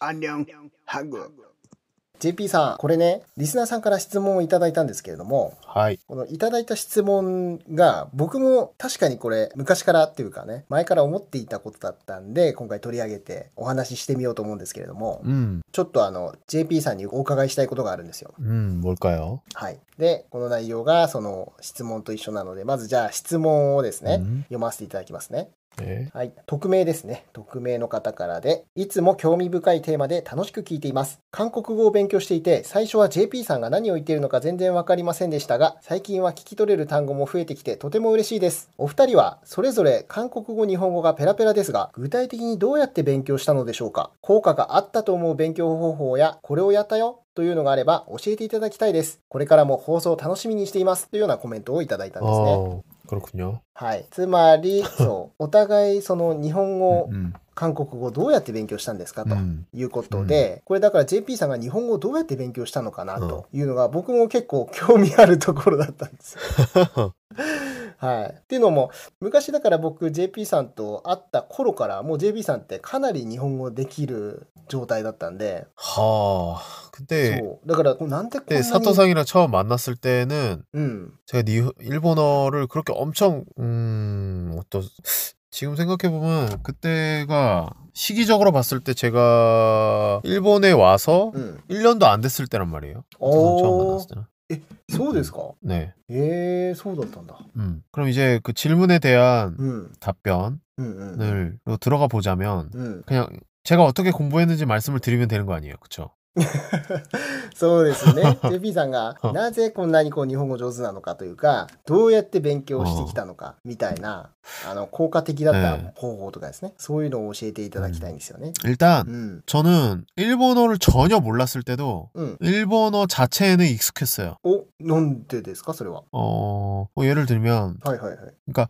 안녕 한국 ？JP さん、これね、リスナーさんから質問をいただいたんですけれども、はい。このいただいた質問が、僕も確かにこれ、昔からっていうかね、前から思っていたことだったんで、今回取り上げてお話ししてみようと思うんですけれども、 음, ちょっとあの、JP さんにお伺いしたいことがあるんですよ。 음, 뭘까요? はい。で、この内容が、その、質問と一緒なので、まずじゃあ、質問をですね、うん読ませていただきますね。 네. はい。匿名ですね。匿名の方からで、いつも興味深いテーマで楽しく聞いています。韓国語を勉強していて、最初は JP さんが何を言っているのか全然わかりませんでしたが、最近は聞き取れる単語も増えてきてとても嬉しいです。お二人は、それぞれ韓国語、日本語がペラペラですが、具体的にどうやって勉強したのでしょうか効果があったと思う勉強方法や、これをやったよというのがあれば教えていただきたいです。これからも放送を楽しみにしています。というようなコメントをいただいたんですね。 어, 그렇군요. はい。つまり、そう、お互いその日本語、 음, 韓国語どうやって勉強したんですかと。 음, いうことで、これだから JP さんが日本語をどうやって勉強したのかなというのが僕も結構興味あるところだったんです。 はい。っていうのも、昔だから僕 JP さんと会った頃から、もう JP さんってかなり日本語できる状態だったんで、 하, 그때 そう。だから、なんでこんな 그때 に。 사토상이랑 처음 만났을 때는 うん。 제가 니, 일본어를 그렇게 엄청 음, 어떠 지금 생각해 보면 그때가 시기적으로 봤을 때 제가 일본에 와서 うん。 1년도 안 됐을 때란 말이에요. 사토상 처음 お 만났을 ー 때는. そうですか 네. ええー、そうだったんだ。 음. 그럼 이제 그 질문에 대한 うん。 답변을 うんうん。 로 들어가 보자면 うん、 그냥 제가 어떻게 공부했는지 말씀을 드리면 되는 거 아니에요, 그렇죠? そうです ね。JP さんがうんなぜこんなにこう日本語上手なのかというか、どうやって勉強してきたのかみたいな、あの効果的だっうたん方法とかですね、そういうのを教えていただきたいんですよね。 일단 うん。 저는 일본어를 전혀 몰랐을 때도 うん。 일본어 자체에는 익숙했어요. お、なんでですかそれは。 어, 뭐 예를 들면 はいはいはい。 그러니까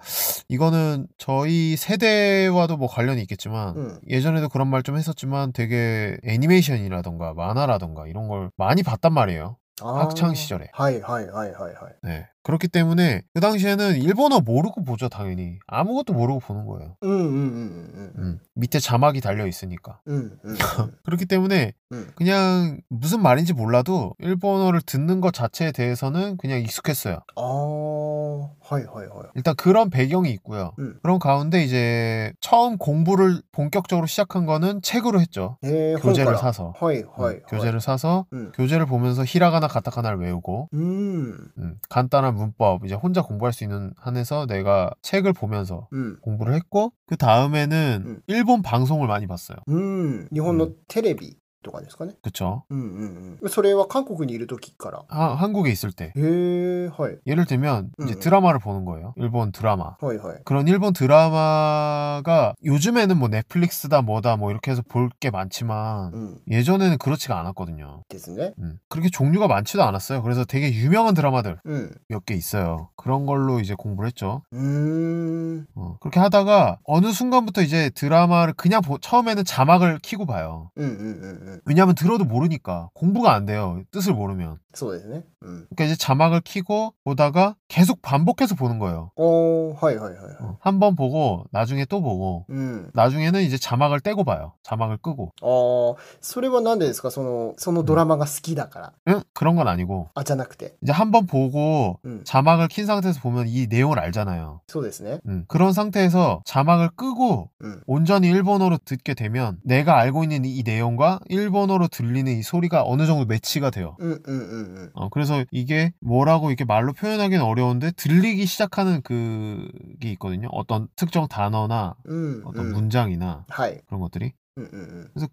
이거는 저희 세대와도 뭐 관련이 있겠지만 음. 예전에도 그런 말 좀 했었지만 되게 애니메이션이라던가 만화라던가 이런 걸 많이 봤단 말이에요. あー 학창 시절에. はいはいはいはいはい。 네. 그렇기 때문에 그 당시에는 일본어 모르고 보죠, 당연히. 아무것도 모르고 보는 거예요. うんうんうんうん 음. 밑에 자막이 달려 있으니까. うん。うんうんうん。 그렇기 때문에 음. 그냥 무슨 말인지 몰라도 일본어를 듣는 것 자체에 대해서는 그냥 익숙했어요. ああ、はいはいはい。 일단 그런 배경이 있고요. 음. 그런 가운데 이제 처음 공부를 본격적으로 시작한 거는 책으로 했죠. えー、本か 교재를 ら。 사서. はいはい、はい 음, 교재를 사서 うん。 교재를 보면서 히라가나 가타카나를 외우고 うん。 음, 간단한 문법 이제 혼자 공부할 수 있는 한에서 내가 책을 보면서 うん。 공부를 했고 그 음. 다음에는 음. 일본 방송을 많이 봤어요. うん。日本のうんテレビとかですかね。 그쵸? うんうんうん。それは韓国にいる時から。 하- 한국에 있을 때 へえ、はい。 예를 들면 음. 이제 드라마를 보는 거예요. 일본 드라마. はいはい。 그런 일본 드라마가 요즘에는 뭐 넷플릭스다 뭐다 뭐 이렇게 해서 볼 게 많지만 うん。 예전에는 그렇지가 않았거든요. ですね。 음, 그렇게 종류가 많지도 않았어요. 그래서 되게 유명한 드라마들 うん。 몇 개 있어요. 그런 걸로 이제 공부를 했죠. うーん。 어, 그렇게 하다가 어느 순간부터 이제 드라마를 그냥 보- 처음에는 자막을 키고 봐요. うんうんうんうん。 왜냐하면 들어도 모르니까 공부가 안 돼요. 뜻을 모르면. そうですね。うん。 그러니까 이제 자막을 키고 보다가 계속 반복해서 보는 거예요. おー、はいはいはいはい。 어, 한번 보고 나중에 또 보고 うん。 나중에는 이제 자막을 떼고 봐요. 자막을 끄고. あー、それは何でですかその、そのドラマが好きだから。 응? 그런 건 아니고 あ、じゃなくて。 이제 한번 보고 うん。 자막을 킨 상태에서 보면 이 내용을 알잖아요. そうですね。 음, 그런 상태에서 자막을 끄고 음. 온전히 일본어로 듣게 되면 내가 알고 있는 이 내용과 일본어로 들리는 이 소리가 어느 정도 매치가 돼요. うんうんうんうん。 어, 그래서 이게 뭐라고 이렇게 말로 표현하기는 어려운데 들리기 시작하는 그게 있거든요. 어떤 특정 단어나 うん、 어떤 うん。 문장이나 はい。 그런 것들이. うんうんうん。 그래서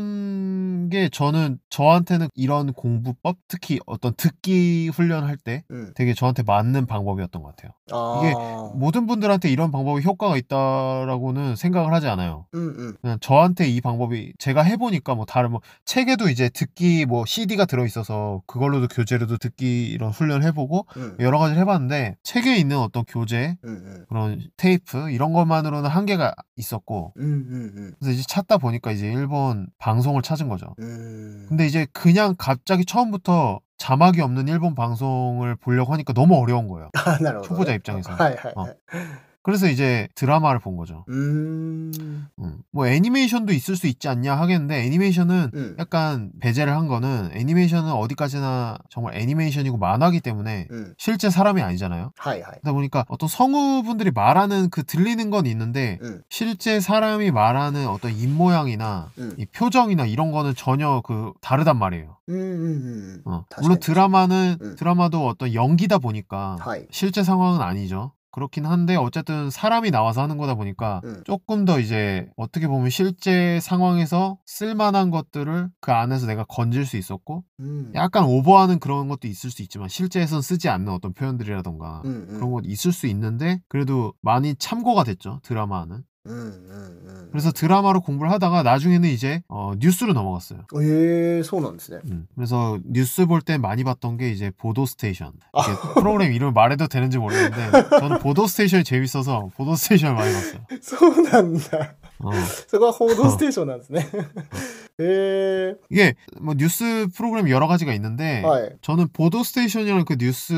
그런 게 저는 저한테는 이런 공부법, 특히 어떤 듣기 훈련할 때 うん。 되게 저한테 맞는 방법이었던 것 같아요. あー。 모든 분들한테 이런 방법이 효과가 있다라고는 생각을 하지 않아요. うんうん。 그냥 저한테 이 방법이 제가 해보니까 뭐 다른 뭐 책에도 이제 듣기 뭐 CD가 들어있어서 그걸로도 교재로도 듣기 이런 훈련을 해보고 うん。 여러 가지를 해봤는데 책에 있는 어떤 교재 うんうん。 그런 테이프 이런 것만으로는 한계가 있었고 うんうん 그래서 이제 찾다 보니까 이제 일본 방송을 찾은 거죠. うん。うーん。 근데 이제 그냥 갑자기 처음부터 자막이 없는 일본 방송을 보려고 하니까 너무 어려운 거예요. あなるほど、ね。 초보자 입장에서. はいはいはい。 그래서 이제 드라마를 본 거죠. うーん。 음. 뭐 애니메이션도 있을 수 있지 않냐 하겠는데 애니메이션은 うん。 약간 배제를 한 거는 애니메이션은 어디까지나 정말 애니메이션이고 만화기 때문에 うん。 실제 사람이 아니잖아요. はいはい。 그러다 보니까 어떤 성우분들이 말하는 그 들리는 건 있는데 음. 실제 사람이 말하는 어떤 입 모양이나 음. 이 표정이나 이런 거는 전혀 그 다르단 말이에요. うんうんうん。 어. 다시 물론 알겠습니다. 드라마는 음. 드라마도 어떤 연기다 보니까 はい。 실제 상황은 아니죠. 그렇긴 한데 어쨌든 사람이 나와서 하는 거다 보니까 음. 조금 더 이제 어떻게 보면 실제 상황에서 쓸만한 것들을 그 안에서 내가 건질 수 있었고 うん。 약간 오버하는 그런 것도 있을 수 있지만 실제에선 쓰지 않는 어떤 표현들이라던가 うんうん。 그런 건 있을 수 있는데 그래도 많이 참고가 됐죠 드라마는 うんうんうん。 그래서 드라마로 공부를 하다가 나중에는 이제 어, 뉴스로 넘어갔어요 ええそうなんですね。 음, 그래서 뉴스 볼 때 많이 봤던 게 이제 보도 스테이션 이게 프로그램 이름을 말해도 되는지 모르겠는데 저는 보도 스테이션이 재밌어서 보도 스테이션을 많이 봤어요 そうなんだ。 어. そこは報道ステーションなんですね。 え 이게 뭐 뉴스 프로그램 여러 가지가 있는데 えはい。 저는 보도 스테이션이라는 그 뉴스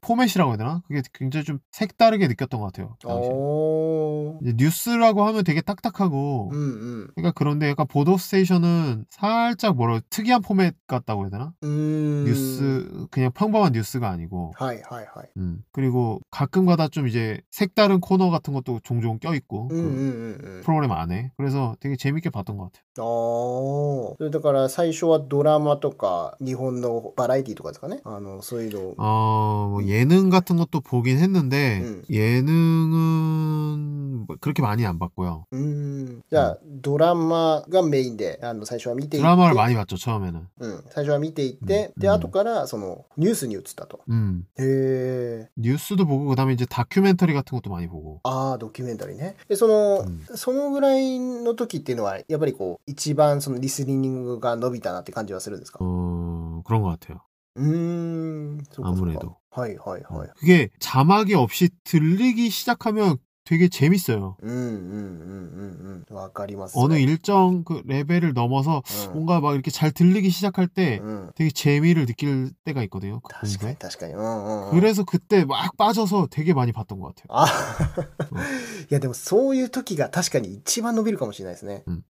포맷이라고 해야 되나 그게 굉장히 좀 색다르게 느꼈던 것 같아요 그 당시에. 어. おー 이제 뉴스라고 하면 되게 딱딱하고 うんうん。 그러니까 그런데 약간 보도 스테이션은 살짝 뭐라 특이한 포맷 같다고 해야 되나? うーん。 뉴스 그냥 평범한 뉴스가 아니고 はいはいはい。 음, 그리고 가끔가다 좀 이제 색다른 코너 같은 것도 종종 껴 있고 うんうんうんうん。 프로그램 안에 그래서 되게 재밌게 봤던 것 같아요. あーそれだから最初はドラマとか日本のバラエティとかですかねあのそういうのを 어, 뭐 음. 예능 같은 것도 보긴 했는데 음. 예능은 뭐 그렇게 많이 안 봤고요. うーんじゃあドラマがメインであの最初は見ていって 드라마를 많이 봤죠 처음에는. うん、最初は見ていってうんでうん後からそのニュースに移ったと 음, へえ 뉴스도 보고 그다음에 이제 다큐멘터리 같은 것도 많이 보고. 음. ああドキュメンタリーねでその、うそのぐらいの時っていうのはやっぱりこう一番そのリスニングが伸びたなって感じはするんですか 어, 그런 것 같아요. うーんそうかそうか 아무래도. はいはいはい 그게 자막이 없이 들리기 시작하면 되게 재밌어요. うんうんうんうんうんわかりますそ 어느 れ 일정 그 레벨을 넘어서 うん 뭔가 막 이렇게 잘 들리기 시작할 때 うん、 되게 재미를 느낄 때가 있거든요. 그 確か 공부에. に確かにうんうん、うん、 그래서 그때 막 빠져서 되게 많이 봤던 것 같아요. あいやでもそういう時が確かに一番伸びるかもしれないですね、うんうんうんうん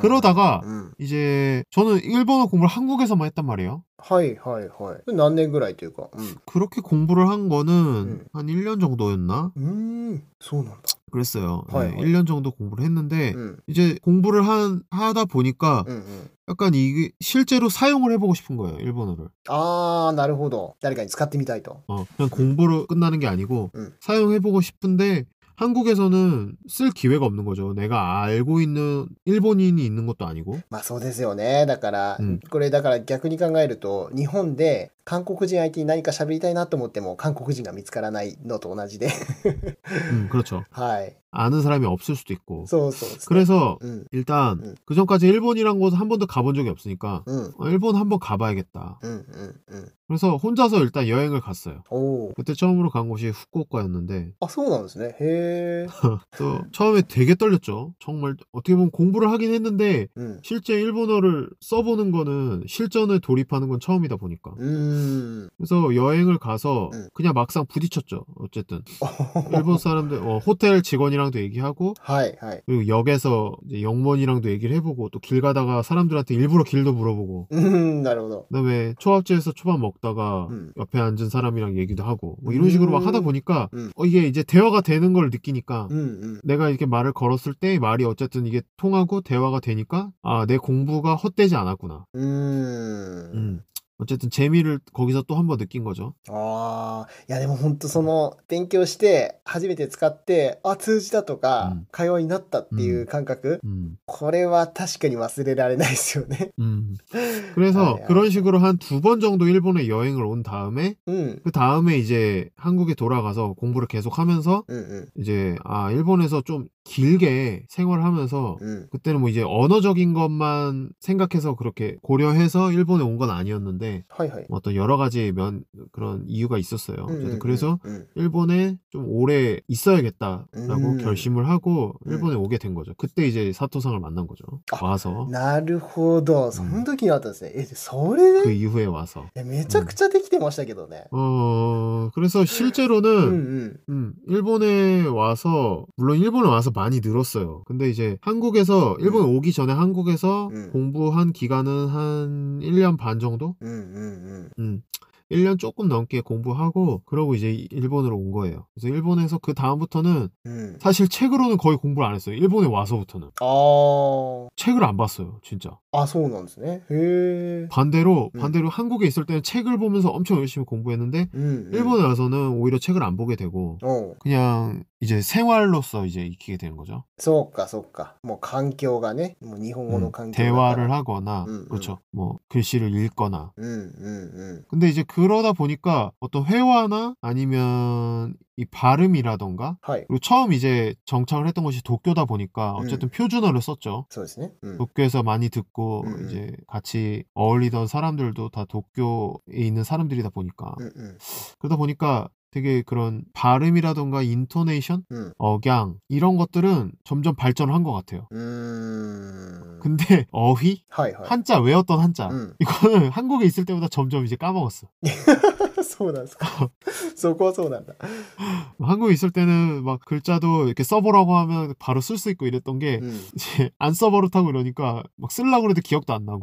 그러다가 うん 이제 저는 일본어 공부를 한국에서만 했단 말이에요. はいはいはい何年ぐらいというかうん 그렇게 공부를 한 거는 음. 한 1년 정도였나? うーん、そうなんだ。 그랬어요. 헐, 음. 네, 헐. 1년 정도 공부를 했는데 うん。 이제 공부를 한, 하다 보니까 うんうん。 약간 이게 실제로 사용을 해보고 싶은 거예요. 일본어를. あー、なるほど。誰かに使ってみたいと。 어, 그냥 공부로 끝나는 게 아니고 응. 사용해보고 싶은데 한국에서는 쓸 기회가 없는 거죠. 내가 알고 있는 일본인이 있는 것도 아니고. まあそうですよね。だから、うんこれだから逆に考えると、日本で韓国人相手に何か喋りたいなと思っても、韓国人が見つからないのと同じで。 음, 그렇죠. はい。 아는 사람이 없을 수도 있고. そうそうですね 그래서 うん。 일단 응. 그 전까지 일본이란 곳 한 번도 가본 적이 없으니까 うん。 어, 일본 한번 가봐야겠다. うんうんうん。 그래서 혼자서 일단 여행을 갔어요. おお。 그때 처음으로 간 곳이 후쿠오카였는데 あ、そうなんですね。へえ。 또 처음에 되게 떨렸죠. 정말 어떻게 보면 공부를 하긴 했는데 うん。 실제 일본어를 써보는 거는 실전에 돌입하는 건 처음이다 보니까 うーん。 그래서 여행을 가서 응. 그냥 막상 부딪혔죠 어쨌든 일본 사람들 어, 호텔 직원이랑도 얘기하고 はいはい。 그리고 역에서 이제 영무원이랑도 얘기를 해보고 또 길 가다가 사람들한테 일부러 길도 물어보고 うーん、なるほど。 그다음에 초밥집에서 초밥 먹다가 응. 옆에 앉은 사람이랑 얘기도 하고 뭐 이런 식으로 막 하다 음. 보니까 응. 어, 이게 이제 대화가 되는 걸 느끼니까 うんうん。 내가 이렇게 말을 걸었을 때 말이 어쨌든 이게 통하고 대화가 되니까 아 내 공부가 헛되지 않았구나 うーん。 음. 어쨌든 재미를 거기서 또 한 번 느낀 거죠. ああ、いやでも本当その勉強して初めて使って、あ、通じたとうかん会話になったっていう感覚、 음. これは確かに忘れられないですよね。 음. 그래서 아, 야. 그런 식으로 한 두 번 정도 일본에 여행을 온 다음에 うん、 그 다음에 이제 한국에 돌아가서 공부를 계속 하면서 うん、 이제 아 일본에서 좀 길게 생활하면서 음. 그때는 뭐 이제 언어적인 것만 생각해서 그렇게 고려해서 일본에 온 건 아니었는데 하이 하이. 어떤 여러 가지 면 그런 이유가 있었어요. 음, 저도 음, 그래서 음, 일본에 좀 오래 있어야겠다라고 음. 결심을 하고 음. 일본에 오게 된 거죠. 그때 이제 사토상을 만난 거죠. 아, 와서 なるほど。その時にあったんですね。え、それ 그 で、 이후에 와서 えめちゃくちゃできてましたけどね。 어 음. 그래서 うん 실제로는 うん。 음, 일본에 와서 물론 일본에 와서 많이 늘었어요. 근데 이제 한국에서 일본 에 오기 전에 한국에서 음. 공부한 기간은 한 1년 반 정도? うんうん 음. 1년 조금 넘게 공부하고 그러고 이제 일본으로 온 거예요. 그래서 일본에서 그 다음부터는 うん。うん。 사실 책으로는 거의 공부를 안 했어요. 일본에 와서부터는 あ 책을 안 봤어요, 진짜. あ。あ、そうなんですね。へえ。 반대로 음. 반대로 한국에 있을 때는 책을 보면서 엄청 열심히 공부했는데 うん、うん。 일본에 와서는 오히려 책을 안 보게 되고 おう 그냥 이제 생활로서 이제 익히게 되는 거죠. そうか、そうか。もう環境がね、もう日本語 음, の環境だから 대화를 하거나 음, 음. 그렇죠. 뭐 글씨를 읽거나. うんうん 근데 이제 그러다 보니까 어떤 회화나 아니면 이 발음이라던가 はい。 그리고 처음 이제 정착을 했던 곳이 도쿄다 보니까 음. 어쨌든 표준어를 썼죠. そうですね。うん。 도쿄에서 많이 듣고 음, 음. 이제 같이 어울리던 사람들도 다 도쿄에 있는 사람들이다 보니까 うんうん。 그러다 보니까 되게 그런 발음이라던가 인토네이션, 음. 억양 이런 것들은 점점 발전한 것 같아요. うーん。 근데 어휘, はいはい。 한자 외웠던 한자 うん 이거는 한국에 있을 때보다 점점 이제 까먹었어. そうなんですか。 そこはそうなんだ。 한국에 있을 때는 막 글자도 이렇게 써보라고 하면 바로 쓸 수 있고 이랬던 게 うん。 이제 안 써버릇하고 이러니까 막 쓰려고 해도 기억도 안 나고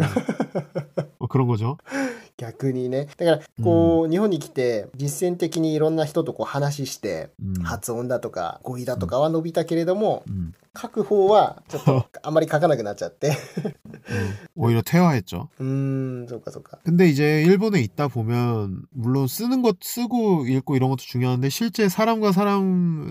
뭐 그런 거죠. 逆にね。だから、こう、日本に来て、実践的にいろんな人とこう話して、 음, 発音だとか、語彙だとかは伸びたけれども、 음, 書く方は、ちょっと、あん まり書かなくなっちゃって。 음. 오히려 퇴화했죠. うーん、そうかそうか。 근데 이제 일본에 있다 보면 물론 쓰는 것 쓰고 읽고 이런 것도 중요한데 실제 사람과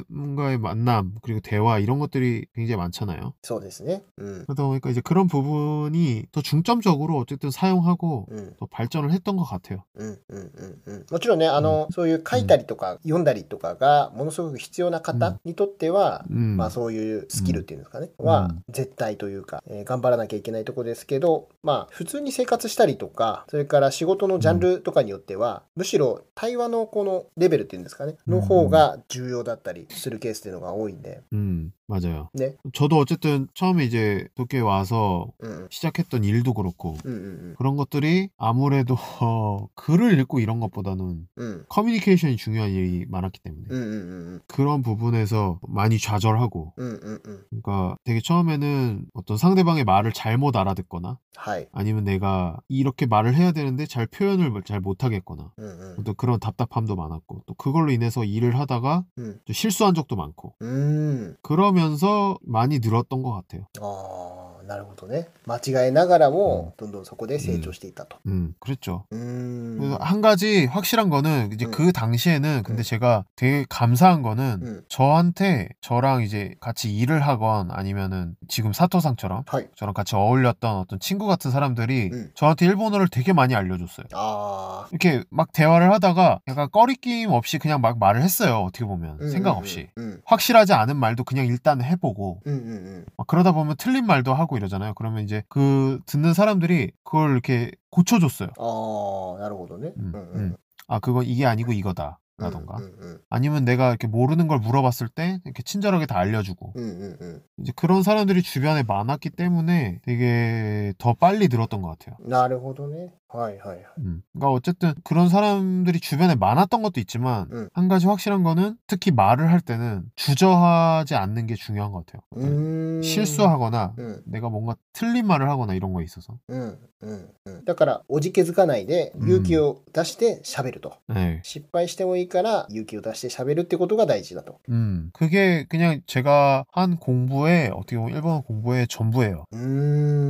사람과의 만남 그리고 대화 이런 것들이 굉장히 많잖아요. そうですね。うん。 그러다 보니까 이제 그런 부분이 더 중점적으로 어쨌든 사용하고 うん、 더 발전을 했던 것 같아요. うん、うん、うんうん。もちろんね、あの、そういう書いたりとか、読んだりとかが、ものすごく必要なう方んにとっては、 음. まあそういうスキルっていうんですかね、うんはうん絶対というか、えー頑張らなきゃいけないとこですけど、まあ普通に生活したりとか、それから仕事のジャンルとかによっては、むしろ対話のこのレベルっていうんですかね、の方が重要だったりするケースっていうのが多いんで、 음, 맞아요. 네. 저도 어쨌든 처음에 이제 도쿄에 와서 うんうん、 시작했던 일도 그렇고 うんうん 그런 것들이 아무래도 글을 읽고 이런 것보다는 うん、うん、 커뮤니케이션이 중요한 일이 많았기 때문에 うんうんうん、 그런 부분에서 많이 좌절하고 うんうんうん、 그러니까 되게 처음에는 어떤 상대방의 말을 잘못 알아듣거나 はい、 아니면 내가 이렇게 말을 해야 되는데 잘 표현을 잘 못하겠거나 うんうん、 어떤 그런 답답함도 많았고 또 그걸로 인해서 일을 하다가 음. 또 실수한 적도 많고 うーん、 그러면서 많이 늘었던 것 같아요. ああ、なるほどね。間違えながらも、どんどんそこで成長していったと。 음, 그랬죠. うーん、う 그래서 ん、 한 가지 확실한 거는 이제 음. 그 당시에는 음. 근데 제가 되게 감사한 거는 음. 저한테 저랑 이제 같이 일을 하건 아니면은 지금 사토상처럼 はい、 저랑 같이 어울렸던 어떤 친구 같은 사람들이 음. 저한테 일본어를 되게 많이 알려줬어요. ああ、 이렇게 막 대화를 하다가 약간 꺼리낌 없이 그냥 막 말을 했어요. 어떻게 う 보면 んうんうん 생각 없이. うん、 확실하지 않은 말도 그냥 일단 해보고 うんうんうん。 막 그러다 보면 틀린 말도 하고 이러잖아요. 그러면 이제 그 듣는 사람들이 그걸 이렇게 고쳐줬어요. ああ、なるほどね。 음, うんうん 음. 아 그건 이게 아니고 이거다. 라던가 うんうん 아니면 내가 이렇게 모르는 걸 물어봤을 때 이렇게 친절하게 다 알려주고 うんうんうん 이제 그런 사람들이 주변에 많았기 때문에 되게 더 빨리 늘었던 것 같아요. うん。なるほどね。はいはいはい。 음. 그러니까 어쨌든 그런 사람들이 주변에 많았던 것도 있지만 음. 한 가지 확실한 거는 특히 말을 할 때는 주저하지 않는 게 중요한 것 같아요. うーん。 실수하거나 うん 내가 뭔가 틀린 말을 하거나 이런 거에 있어서 うんうんうん。だから、おじけづかないでうん勇気を出して喋ると。 네. 失敗してもいいから勇気を出して喋るってことが大事だと。 음. 그게 그냥 제가 한 공부에 어떻게 보면 일본어 공부의 전부예요. う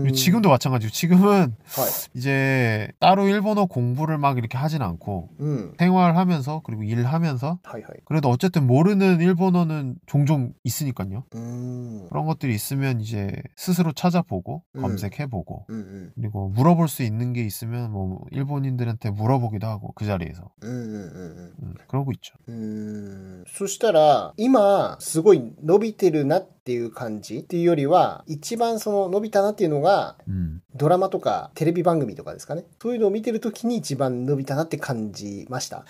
ーん。 지금도 마찬가지고 지금은 はい。 이제 따로 일본어 공부를 막 이렇게 하진 않고 うん。 생활하면서 그리고 일하면서 はいはい。 그래도 어쨌든 모르는 일본어는 종종 있으니까요. うーん。うん 그런 것들이 있으면 이제 스스로 찾아보고 음. 검색해보고 うん。 그리고 물어볼 수 있는 게 있으면 뭐 일본인들한테 물어보기도 하고 그 자리에서 うんうんうんうん。 음, 그러고 있죠. うーんそしたら今すごい伸びてるなっっていう感じっていうよりは、一番その伸びたなっていうのが、うん。ドラマとかテレビ番組とかですかね。そういうのを見てるときに一番伸びたなって感じました。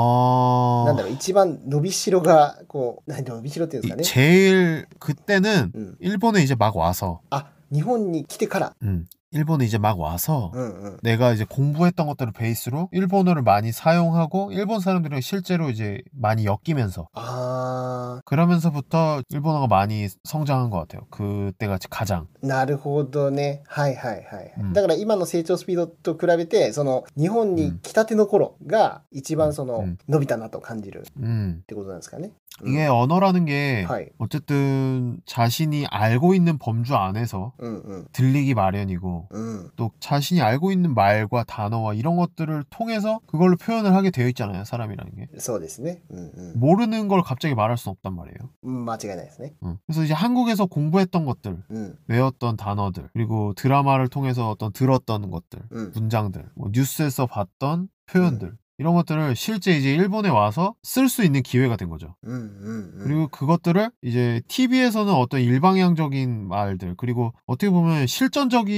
あなんだろう、一番伸びしろが、こう、何伸びしろっていうん 이 ですかね。 제일 그때는 음. 일본에 이제 막 와서 あ、日本に来てから。 음, 일본에 이제 막 와서 うんうん。 내가 이제 공부했던 것들을 베이스로 일본어를 많이 사용하고 일본 사람들이랑 실제로 이제 많이 엮이면서 あ 그러면서부터 일본어가 많이 성장한 것 같아요. 그때가 가장 ー、なるほどね。はいはいはい。うんだから今の成長スピードと比べて、その、日本に来たての頃が一番その、うん伸びたなと感じるっ 음, てことなんですかね。うん 이게 언어라는 게 はい。 어쨌든 자신이 알고 있는 범주 안에서 うんうん。 들리기 마련이고 うん。 또 자신이 알고 있는 말과 단어와 이런 것들을 통해서 그걸로 표현을 하게 되어 있잖아요. 사람이라는 게 そうですね。うん 모르는 걸 갑자기 말할 수는 없단 말이에요. うん。間違いないですね。 응. 어. 그래서 이제 한국에서 공부했던 것들, うん。 외웠던 단어들, 그리고 드라마를 통해서 어떤 들었던 것들, 응. 문장들, 뭐 뉴스에서 봤던 표현들 이런 것들을 실제 이제 일본에 와서 쓸 수 있는 기회가 된 거죠. うんうんうん。 그리고 그것들을 이제 TV에서는 어떤 일방향적인 말들 그리고 어떻게 보면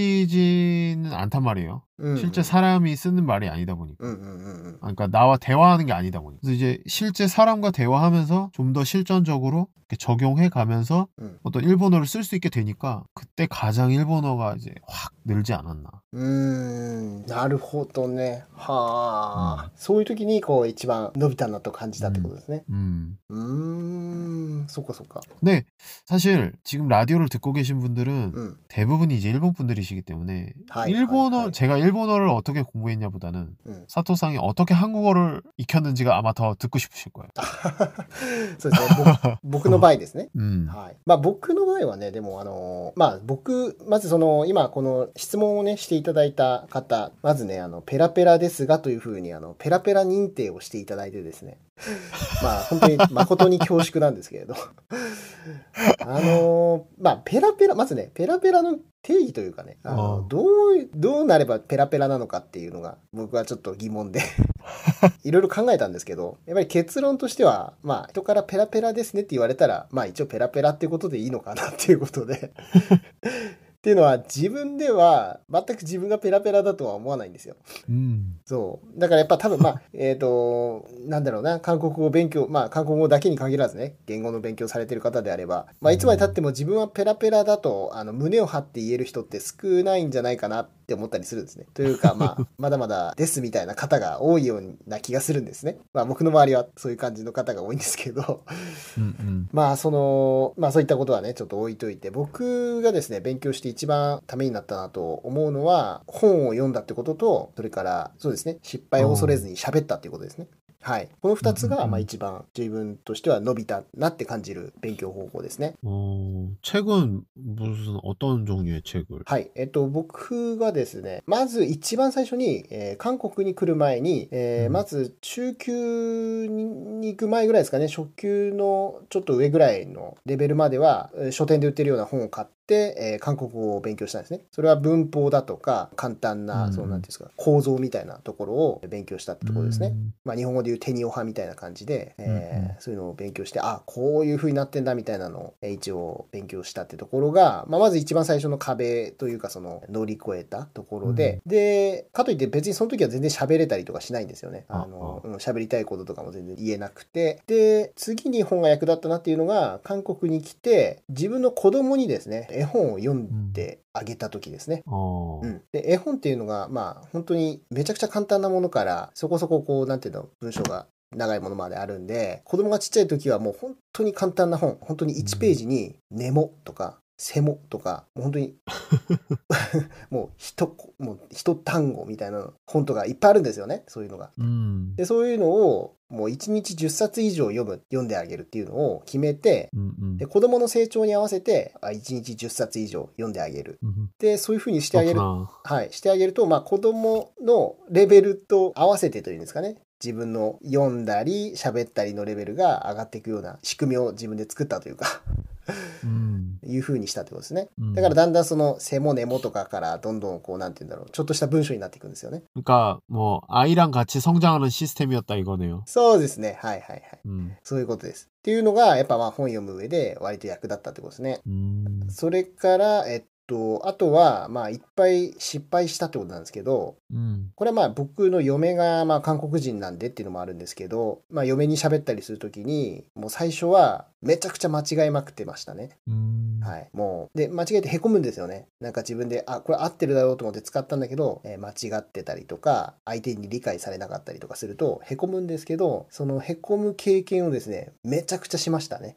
실전적이지는 않단 말이에요. うん 실제 사람이 쓰는 말이 아니다 보니까. うんうんうんうん。 그러니까 나와 대화하는 게 아니다 보니. 그래서 이제 실제 사람과 대화하면서 좀 더 실전적으로 이렇게 적용해 가면서 음. 어떤 일본어를 쓸 수 있게 되니까 그때 가장 일본어가 이제 확 늘지 않았나. うーんなるほどね。はあ、そういう時にこう一番伸びたなと感じたってことですね。 음. うーん、そっかそっか。 근데 사실 지금 라디오를 듣고 계신 분들은 うん。 대부분이 이제 일본 분들이시기 때문에 하이, 일본어 하이, 하이. 제가 일본어를 어떻게 공부했냐보다는 음. 사토상이 어떻게 한국어를 익혔는지가 아마 더 듣고 싶으실 거예요. そうですね。 僕僕の場合ですね。 음. はい。まあ僕の場合はね、でもあのーまあ僕、まずその、今この質問をね、していただいた方、まずね、あの、ペラペラですがというふうに、あの、ペラペラ認定をしていただいてですね。まあ本当に誠に恐縮なんですけれ ど。あのーまあペラペラ、まずね、ペラペラの定義というかね、あうのんどう、どうなればペラペラなのかっていうのが、僕はちょっと疑問 で。いろいろ考えたんですけど、やっぱり結論としては、まあ、人からペラペラですねって言われたら、まあ一応ペラペラっていうことでいいのかなっていうこと で。っていうのは自分では全く自分がペラペラだとは思わないんですよ。 음. そう。だからやっぱ多分まあ、 えっ、と、なんだろうな、韓国語勉強、まあ韓国語だけに限らずね、言語の勉強されてる方であれば、まあいつまで経っても自分はペラペラだと、あの、胸を張って言える人って少ないんじゃないかなって思ったりするんですね。というか、まあ、まだまだですみたいな方が多いような気がするんですね。まあ僕の周りはそういう感じの方が多いんですけど。 음, 음. まあそのまあそういったことはねちょっと置いといて僕がですね勉強して一番ためになったなと思うのは本を読んだってこととそれからそうですね失敗を恐れずに喋ったっていうことですねはいこの2つうんうんがうんまあ一番自分としては伸びたなって感じる勉強方法ですね 어, 책은 무슨 어떤 종류의 책을? はい。えっと、僕がですね、まず一番最初に、えー韓国に来る前に、えーうんまず中級に行く前ぐらいですかね、初級のちょっと上ぐらいのレベルまでは、えー書店で売ってるような本を買って、えー韓国語を勉強したんですね。それは文法だとか、簡単な、うんそのなんていうんですか、構造みたいなところを勉強したってところですね。 음. まあ、日本語でいうテニオ派みたいな感じで、えーうんうそういうのを勉強してあこういう風になってんだみたいなのを、えー一応勉強したってところが、まあ、まず一番最初の壁というかその乗り越えたところで、でかといって別にその時は全然喋れたりとかしないんですよねああのうん喋りたいこととかも全然言えなくてで次に本が役立ったなっていうのが韓国に来て自分の子供にですね絵本を読んであげた時ですね、 어. うん、で絵本っていうのがまあ本当にめちゃくちゃ簡単なものからそこそここうなんていうの文章が長いものまであるんで子供がちっちゃい時はもう本当に簡単な本本当に1ページに「ネモ」とか「セモ」とかもう本当 にもう一こもう一単語みたいな本とかいっぱいあるんですよねそういうのが。 음. でそういうのをもう1日10冊以上読む読んであげるっていうのを決めて 음, 음. で子供の成長に合わせてあ1日10冊以上読んであげる 음. でそういうふうにしてあげる 그렇구나. はい、してあげると、まあ、子供のレベルと合わせてというんですかね自分の読んだり喋ったりのレベルが上がっていくような仕組みを自分で作ったというか 음. いいう風にしたってことですね。 음. だからだんだんその背も根もとかからどんどんこうなんて言うんだろうちょっとした文章になっていくんですよね。 그러니까 뭐 아이랑 같이 성장하는 시스템이었다 이거네요. そうですね。はいはいはい。 음. そういうことです。っていうのがやっぱまあ本読む上で割と役立ったってことですね。 음. それから、えっと、あとはまあいっぱい失敗したってことなんですけど、 음. これはまあ僕の嫁がまあ韓国人なんでっていうのもあるんですけど、まあ嫁に喋ったりするときに、もう最初はめちゃくちゃ間違えまくってましたね。 음. はい。もう、で、間違えて凹むんですよね。なんか自分で、あ、これ合ってるだろうと思って使ったんだけど、えー間違ってたりとか、相手に理解されなかったりとかすると、凹むんですけど、その凹む経験をですね、めちゃくちゃしました ね。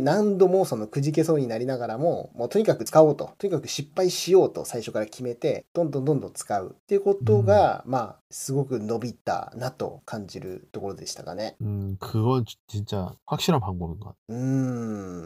何度もそのくじけそうになりながらも、もうとにかく使おうと、とにかく失敗しようと最初から決めて、どんどんどんどん使うっていうことが、まあ、すごく伸びたなと感じるところでしたかね。 음, 그건 주- 진짜 확실한 방법인 것 같아요. うー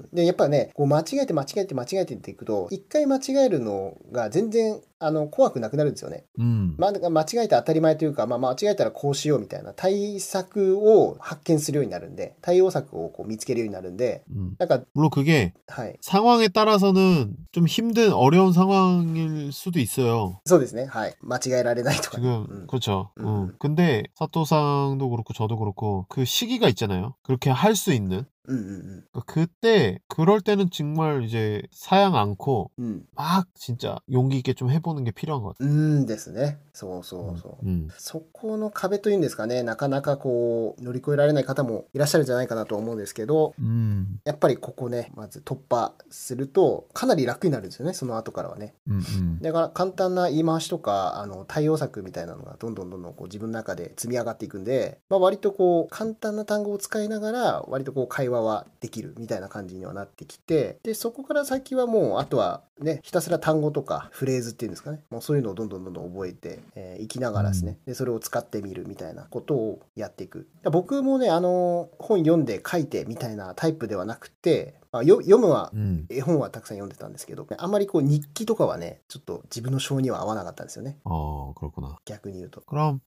ん。で、やっぱね、こう間違えて間違えて間違えてっていくと、一回間違えるのが全然、あの、怖くなくなるんですよね。 음. まあ、なんか間違えて当たり前というか、まあ、間違えたらこうしようみたいな対策を発見するようになるんで、対応策をこう見つけるようになるんで、 음. なんか、 물론 그게 はい。 상황에 따라서는 좀 힘든 어려운 상황일 수도 있어요. そうですね。はい。間違えられないとかね。 지금 うん 그렇죠. 음. 음. 근데 사토상도 그렇고 저도 그렇고 그 시기가 있잖아요. 그렇게 할 수 있는 うんうん 그러니까 그때 그럴 때는 정말 이제 사양 않고 うん。うん。 막 진짜 용기 있게 좀 해보는 게 필요한 것 うーんですね。そうそうそう。 같아요. 음. そこの壁というんですかね、なかなかこう、乗り越えられない方もいらっしゃるんじゃないかなと思うんですけど、 음. やっぱりここね、まず突破すると、かなり楽になるんですよね、その後からはね。 음. 음. だから簡単な言い回しとか、あの、対応策みたいなのがどんどんどんどんこう自分の中で積み上がっていくんで、まあ割とこう、簡単な単語を使いながら、割とこう会話はできるみたいな感じにはなってきて、で、そこから先はもう、あとはね、ひたすら単語とかフレーズっていうんですかね、もうそういうのをどんどんどんどん覚えてい、えー生きながらですね、で、それを使ってみるみたいなことをやっていく。だ僕もね、あの、本読んで書いてみたいなタイプではなくて、まあ、よ読むは 음. 絵本はたくさん読んでたんですけど、あんまりこう日記とかはね、ちょっと自分の性には合わなかったんですよね。 어 그렇구나. 逆に言うと。 그럼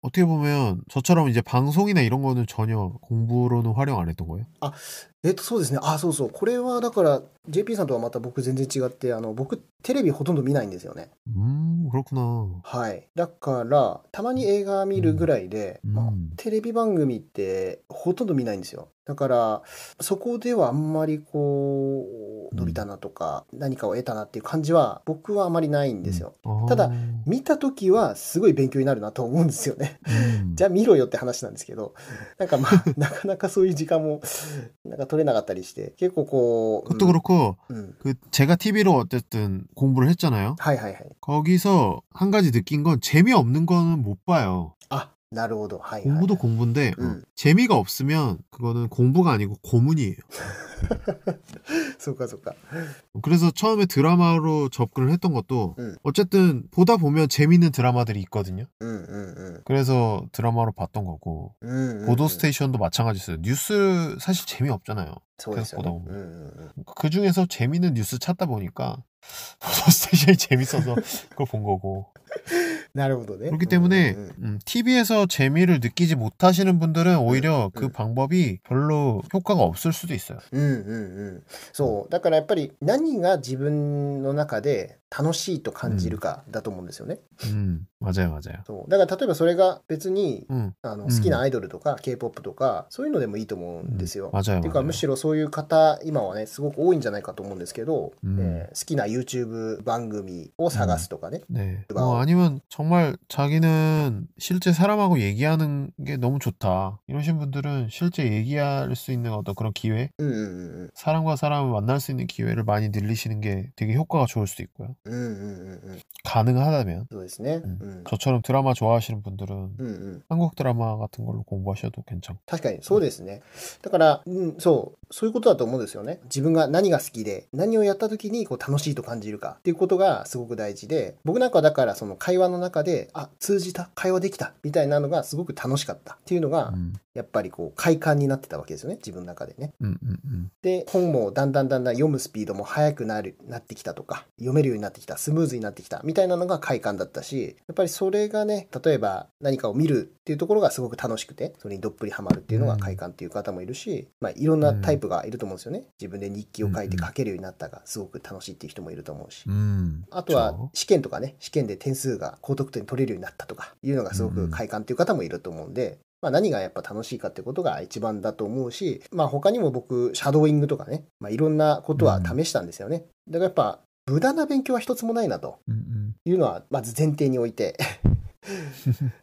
어떻게 보면 저처럼 이제 방송이나 이런 거는 전혀 공부로는 활용 안 했던 거예요? えっと、そうですね。あ、そうそう。これはだから、JP さんとはまた僕全然違って、あの、僕、テレビほとんど見ないんですよね。 음 그렇구나. はい。だから、たまに映画見るぐらいで、うんまあうんテレビ番組ってほとんど見ないんですよ。だから、そこではあんまりこう、伸びたなとか、何かを得たなっていう感じは、僕はあまりないんですよ。 아. 따다. 見た時は、すごい勉強になるなと思うんですよね。 음. じゃあ見ろよって話なんですけど、なんかまあ、 なかなかそういう時間も、なんか取れなかったりして、結構こう、 그것도 그렇고 음, 음. 그 제가 TV로 어쨌든 공부를 했잖아요. はいはいはい。 거기서 한 가지 느낀 건 재미없는 거는 못 봐요. あ、なるほど。はいはい。 공부도 공부인데 어, 음. 재미가 없으면 그거는 공부가 아니고 고문이에요. そうかそうか。 그래서 처음에 드라마로 접근을 했던 것도 음. 어쨌든 보다 보면 재밌는 드라마들이 있거든요. うんうんうん。 그래서 드라마로 봤던 거고 うんうんうん 보도 스테이션도 마찬가지였어요. 뉴스 사실 재미없잖아요. そうですよね。 계속보다 うんうんうん。 그 중에서 재밌는 뉴스 찾다 보니까 보도 스테이션이 재밌어서 그걸 본 거고 なるほどね。 그렇기 때문에 うんうんうん TV에서 재미를 느끼지 못하시는 분들은 오히려 그 음. 방법이 별로 효과가 없을 수도 있어요. うんうんうん、そうだからやっぱり何が自分の中で楽しいと感じるかだと思うんですよね。 음, 맞아요, 맞아요. そうだから例えばそれが別に 음, あのうん好きなアイドルとか K-POP とかそういうのでもいいと思うんですよ。 맞아요. っていうか 맞아요. 네. むしろそういう方今はねすごく多いんじゃないかと思うんですけど、うんえー好きな YouTube 番組を探すとかね、 네. 그거. 뭐 아니면 정말 자기는 실제 사람하고 얘기하는 게 너무 좋다. 이러신 분들은 실제 얘기할 수 있는 어떤 그런 기회, うんうん 사람과 사람을 만날 수 있는 기회를 많이 늘리시는 게 되게 효과가 좋을 수도 있고요. うんうんうんうんうんうん 가능하다면. そうですね、ううんん 저처럼 드라마 좋아하시는 분들은 うんうん、 한국 드라마 같은 걸로 공부하셔도 괜찮고. 確かにそうですねだから、うん、そうそういうことだと思うんですよね自分が何が好きで何をやった時にこう楽しいと感じるかっていうことがすごく大事で僕なんかはだからその会話の中であ通じた会話できたみたいなのがすごく楽しかったっていうのが、 음, やっぱりこう快感になってたわけですよね自分の中でね 음, 음, 음. で本もだんだんだんだん読むスピードも速くなるなってきたとか読めるようになってきたスムーズになってきたみたいなのが快感だったしやっぱりそれがね例えば何かを見るっていうところがすごく楽しくてそれにどっぷりハマるっていうのが快感っていう方もいるし、まあ、いろんなタイプがいると思うんですよね。自分で日記を書いて書けるようになったが、すごく楽しいっていう人もいると思うし。うん。あとはそう試験とかね、試験で点数が高得点取れるようになったとかいうのがすごく快感っていう方もいると思うんで、まあ何がやっぱ楽しいかってことが一番だと思うし、まあ他にも僕、シャドーイングとかね、まあいろんなことは試したんですよね。だからやっぱ無駄な勉強は一つもないなとうんうんいうのはまず前提におい て、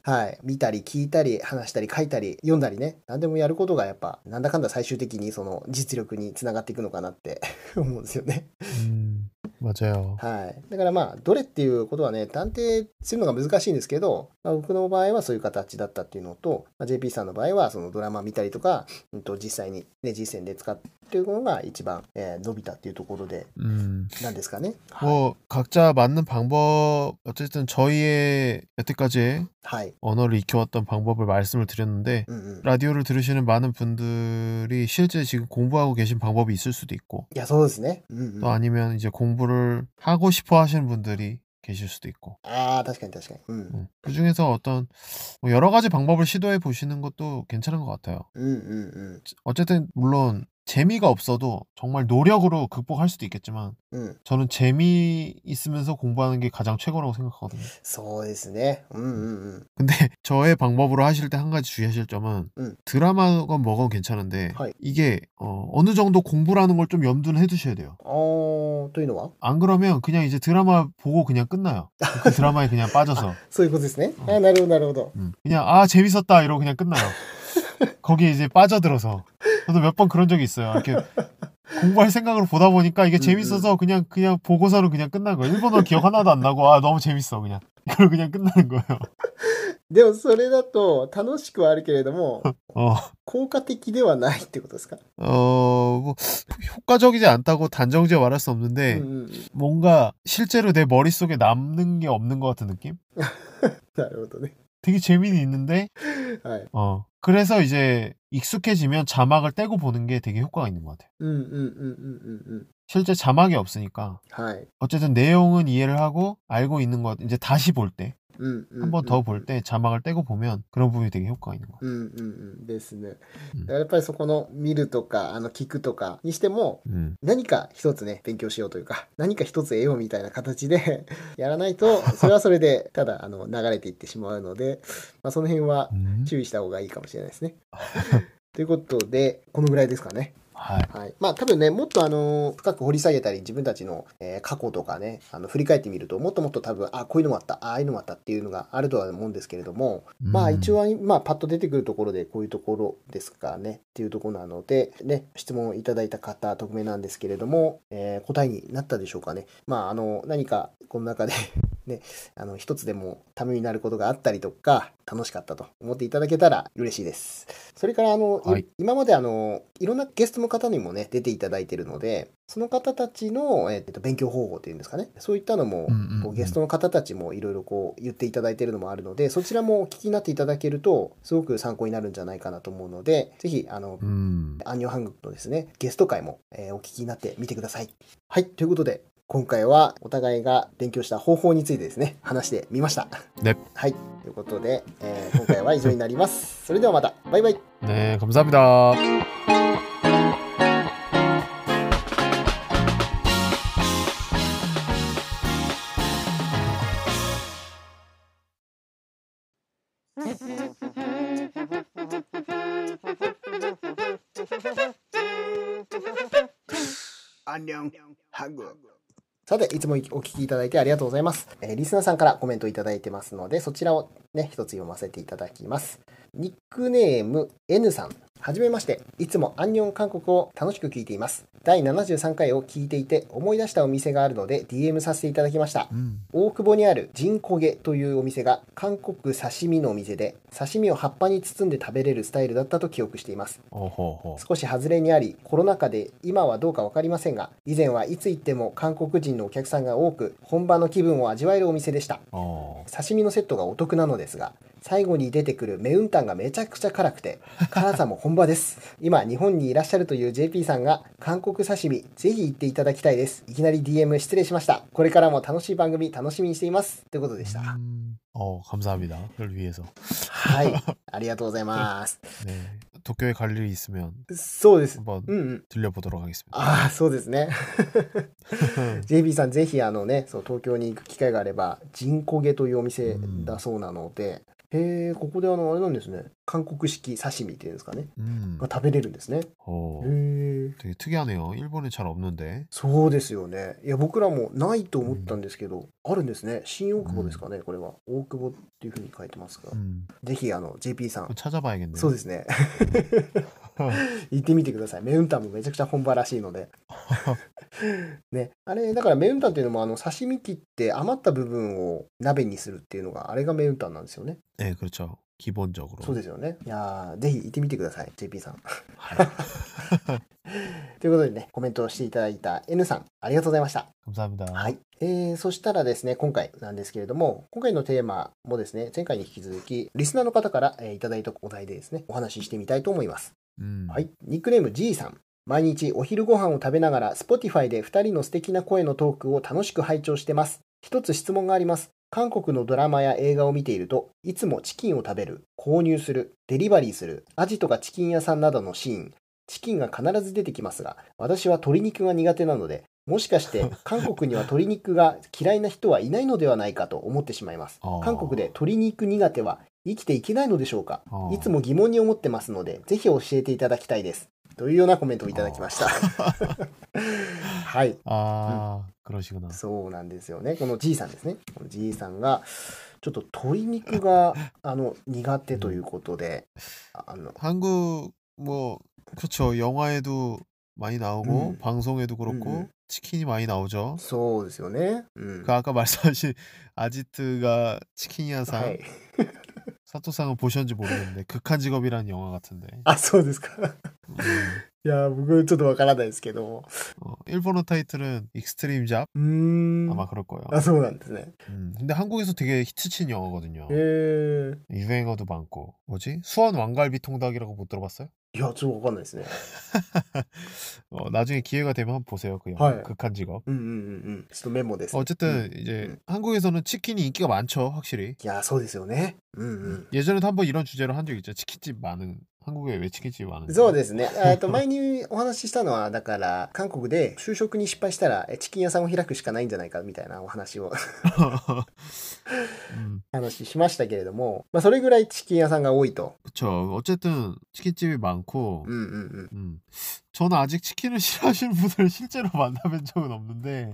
はい、見たり聞いたり話したり書いたり読んだりね、何でもやることがやっぱなんだかんだ最終的にその実力につながっていくのかなって 思うんですよね。 음, 맞아요. はい。だからまあ、どれっていうことはね、断定するのが難しいんですけど、まあ、僕の場合はそういう形だったっていうのと、まあ、JP さんの場合はそのドラマ見たりとか、うん、と実際に、ね、実践で使ってるのが一番、えー伸びたっていうところで、 음, なんですかね。はい。 뭐 각자 맞는 방법 어쨌든 저희의 여태까지의 はい。 언어를 익혀왔던 방법을 말씀을 드렸는데 うんうん。 라디오를 들으시는 많은 분들이 실제 지금 공부하고 계신 방법이 있을 수도 있고 いや、そうですね。うん、うん。 또 あ 아니면 이제 공부를 하고 싶어 하시는 분들이 계실 수도 있고 あー、確かに確かに。うん。 음, 그중에서 어떤 뭐 여러 가지 방법을 시도해 보시는 것도 괜찮은 것 같아요 うんうん 어쨌든 물론 재미가 없어도 정말 노력으로 극복할 수도 있겠지만 うん。うん。 저는 재미 있으면서 공부하는 게 가장 최고라고 생각하거든요 そうですね。うんうんうん。 근데 저의 방법으로 하실 때 한 가지 주의하실 점은 응. 드라마건 뭐건 괜찮은데 하이. 이게 어, 어느 정도 공부라는 걸 좀 염두는 해두셔야 돼요. おー、というのは 안 그러면 그냥 이제 드라마 보고 그냥 끝나요. 그 드라마에 그냥 빠져서 そういうことですね。うんあーなるほど、なるほど。 음. 그냥 아 재밌었다 이러고 그냥 끝나요. 거기에 이제 빠져들어서 저도 몇 번 그런 적이 있어요. 이렇게 공부할 생각으로 보다 보니까 이게 응, 재밌어서 그냥 그냥 보고서는 그냥 끝난 거예요. 일본어 기억 하나도 안 나고 아 너무 재밌어 그냥 그리고 그냥 끝나는 거예요. でも、それだと楽しくはあるけれど も、 어. 効果的ではないってことですか、 어, 뭐, 효과적이지 않다고 단정지어 말할 수 う 없는데, んうん、 뭔가 실제로 내 머릿속에 남는 게 없는 것 같은 느낌? なるほどね。 되게 재미는 있는데, はい。 어. 그래서 이제 익숙해지면 자막을 떼고 보는 게 되게 효과가 있는 것 같아요. うんうんうんうんうんうん。 실제 자막이 없으니까. はい。 어쨌든 내용은 이해를 하고 알고 있는 것, 이제 다시 볼 때, うんうん、うん。 한 번 더 음. 볼 때 자막을 떼고 보면 그런 부분이 되게 효과가 있는 것 같아요. うんうんうんですね。うんだからやっぱりそこの見るとか、あの聞くとかにしても、 음. 何か一つね、勉強しようというか、何か一つ得ようみたいな形で やらないと、それはそれで、ただ、あの、流れていってしまうので、まあ、その辺は 음. 注意した方がいいかもしれないですね。ということで、このぐらいですかね。 아, はい、まあ多分ねもっとあの深く掘り下げたり自分たちの、えー過去とかねあの振り返ってみるともっともっと多分あこういうのもあったあああいうのもあったっていうのがあるとは思うんですけれども、 음. まあ一応は、まあ、パッと出てくるところでこういうところですかねっていうところなので、ね、質問いただいた方匿名なんですけれども、えー答えになったでしょうかね。まああの何かこの中で ね、あの一つでもためになることがあったりとか楽しかったと思っていただけたら嬉しいです。それからあの、いはい今まであのいろんなゲストの方にもね出ていただいているのでその方たちの、えっと、勉強方法っていうんですかねそういったのも、うんうんうんこうゲストの方たちもいろいろこう言っていただいているのもあるのでそちらもお聞きになっていただけるとすごく参考になるんじゃないかなと思うのでぜひあの、 음. アンニョンハングのですね、ゲスト会も、えーお聞きになってみてください。はい、ということで、今回はお互いが勉強した方法についてですね、話してみました。ねはい、ということで、えー今回は以上になります。 それではまた、バイバイ。 네, 감사합니다. 안녕 한국 さて、いつもお聞きいただいてありがとうございます。えーリスナーさんからコメントいただいてますので、そちらをね、一つ読ませていただきます。ニックネーム N さん。はじめまして。いつもアンニョン韓国を楽しく聞いています。第73回を聞いていて思い出したお店があるので DM させていただきました。 음. 大久保にあるジンコゲというお店が韓国刺身のお店で刺身を葉っぱに包んで食べれるスタイルだったと記憶しています 어허허. 少し外れにありコロナ禍で今はどうか分かりませんが以前はいつ行っても韓国人のお客さんが多く本場の気分を味わえるお店でした 어. 刺身のセットがお得なのですが最後に出てくるメウンタンがめちゃくちゃ辛くて辛さも本場です今日本にいらっしゃるという JP さんが韓国刺身ぜひ行っていただきたいですいきなり DM 失礼しましたこれからも楽しい番組楽しみにしていますということでした 음, 어, 감사합니다. 그걸 위해서. はいありがとうございます 네. 도쿄에 갈 일이 있으면 そうです。 한번 うんうん。 들려보도록 하겠습니다. ああ、そうですね。JB さん、ぜひあのね、そう東京に行く機会があれば、人工げというお店だそうなので、へえ、ここであの、あれなんですね。韓国式刺身っていうんですかね。 음, が食べれるんですね。 어, へえ。 되게 특이하네요. 일본에 잘 없는데. そうですよね。いや、僕らもないと思ったんですけど、あるんですね。新大久保ですかね、これは。大久保っていうふうに書いてますが。 음, ぜひ、あの、JP さん 한번 、 찾아봐야겠네요. そうですね。行ってみてください。メウンタンもめちゃくちゃ本場らしいの で。ね、あれ、だからメウンタンっていうのも、あの、刺身切って余った部分を鍋にするっていうのが、あれがメウンタンなんですよね。 네, 그렇죠. 기본적으로. そうですよね。いやーぜひ行ってみてください、JP さん。 ということでね、コメントをしていただいた N さん、ありがとうございました。 감사합니다. はい、えーそしたらですね今回なんですけれども今回のテーマもですね前回に引き続きリスナーの方から、えーいただいたお題でですねお話ししてみたいと思います、 음, はい、ニックネーム G さん毎日お昼ご飯を食べながら Spotify で2人の素敵な声のトークを楽しく拝聴してます一つ質問があります韓国のドラマや映画を見ているといつもチキンを食べる購入するデリバリーするアジとかチキン屋さんなどのシーンチキンが必ず出てきますが私は鶏肉が苦手なのでもしかして 韓国には鶏肉が嫌いな人はいないのではないかと思ってしまいますあー韓国で鶏肉苦手は生きていけないのでしょうかあーいつも疑問に思ってますのでぜひ教えていただきたいですというようなコメントをいただきました はい 아, 그러시구나. そうなんですよね。このじいさんですね。このじいさんが、ちょっと鶏肉があの苦手ということで、あの、 한국 뭐 그렇죠. 영화에도 많이 나오고 음. 방송에도 그렇고 음, 음. 치킨이 많이 나오죠. そうですよね。うん。 그 아까 말씀하신 아지트가 치킨이 한상 はい。 사토상은 보셨는지 모르겠는데 극한 직업이라는 영화 같은데 あ、そうですか。 음, いや、僕ちょっとわからないですけど。 어, 일본어 타이틀은 익스트림 잡 うーん。 아마 그럴 거예요. あ、そうなんですね。 음, 근데 한국에서 되게 히트친 영화거든요. へえ。 유행어도 많고 뭐지 수원 왕갈비 통닭이라고 못 들어봤어요? いや、ちょっとわかんないですね。 어, 나중에 기회가 되면 한번 보세요 그 영화 네. 극한 직업. うんうんうんうん。ちょっとメモです。 어쨌든 이제 음. 한국에서는 치킨이 인기가 많죠 확실히. いや、そうですよね。うん 예전에도 한번 이런 주제로 한 적 있죠. 치킨집 많은 한국에 왜 치킨집 많은? うん。そうですね。えっと、前にお話ししたのは、だから、韓国で就職に失敗したら、えチキン屋さんを開くしかないんじゃないか、みたいなお話を 음, 話しましたけれども、まあ、それぐらいチキン屋さんが多いと。 그쵸 어쨌든 치킨집이 많고. うんうんうん。 음, 저는 아직 치킨을 싫어하시는 분을 실제로 만나뵌 적은 없는데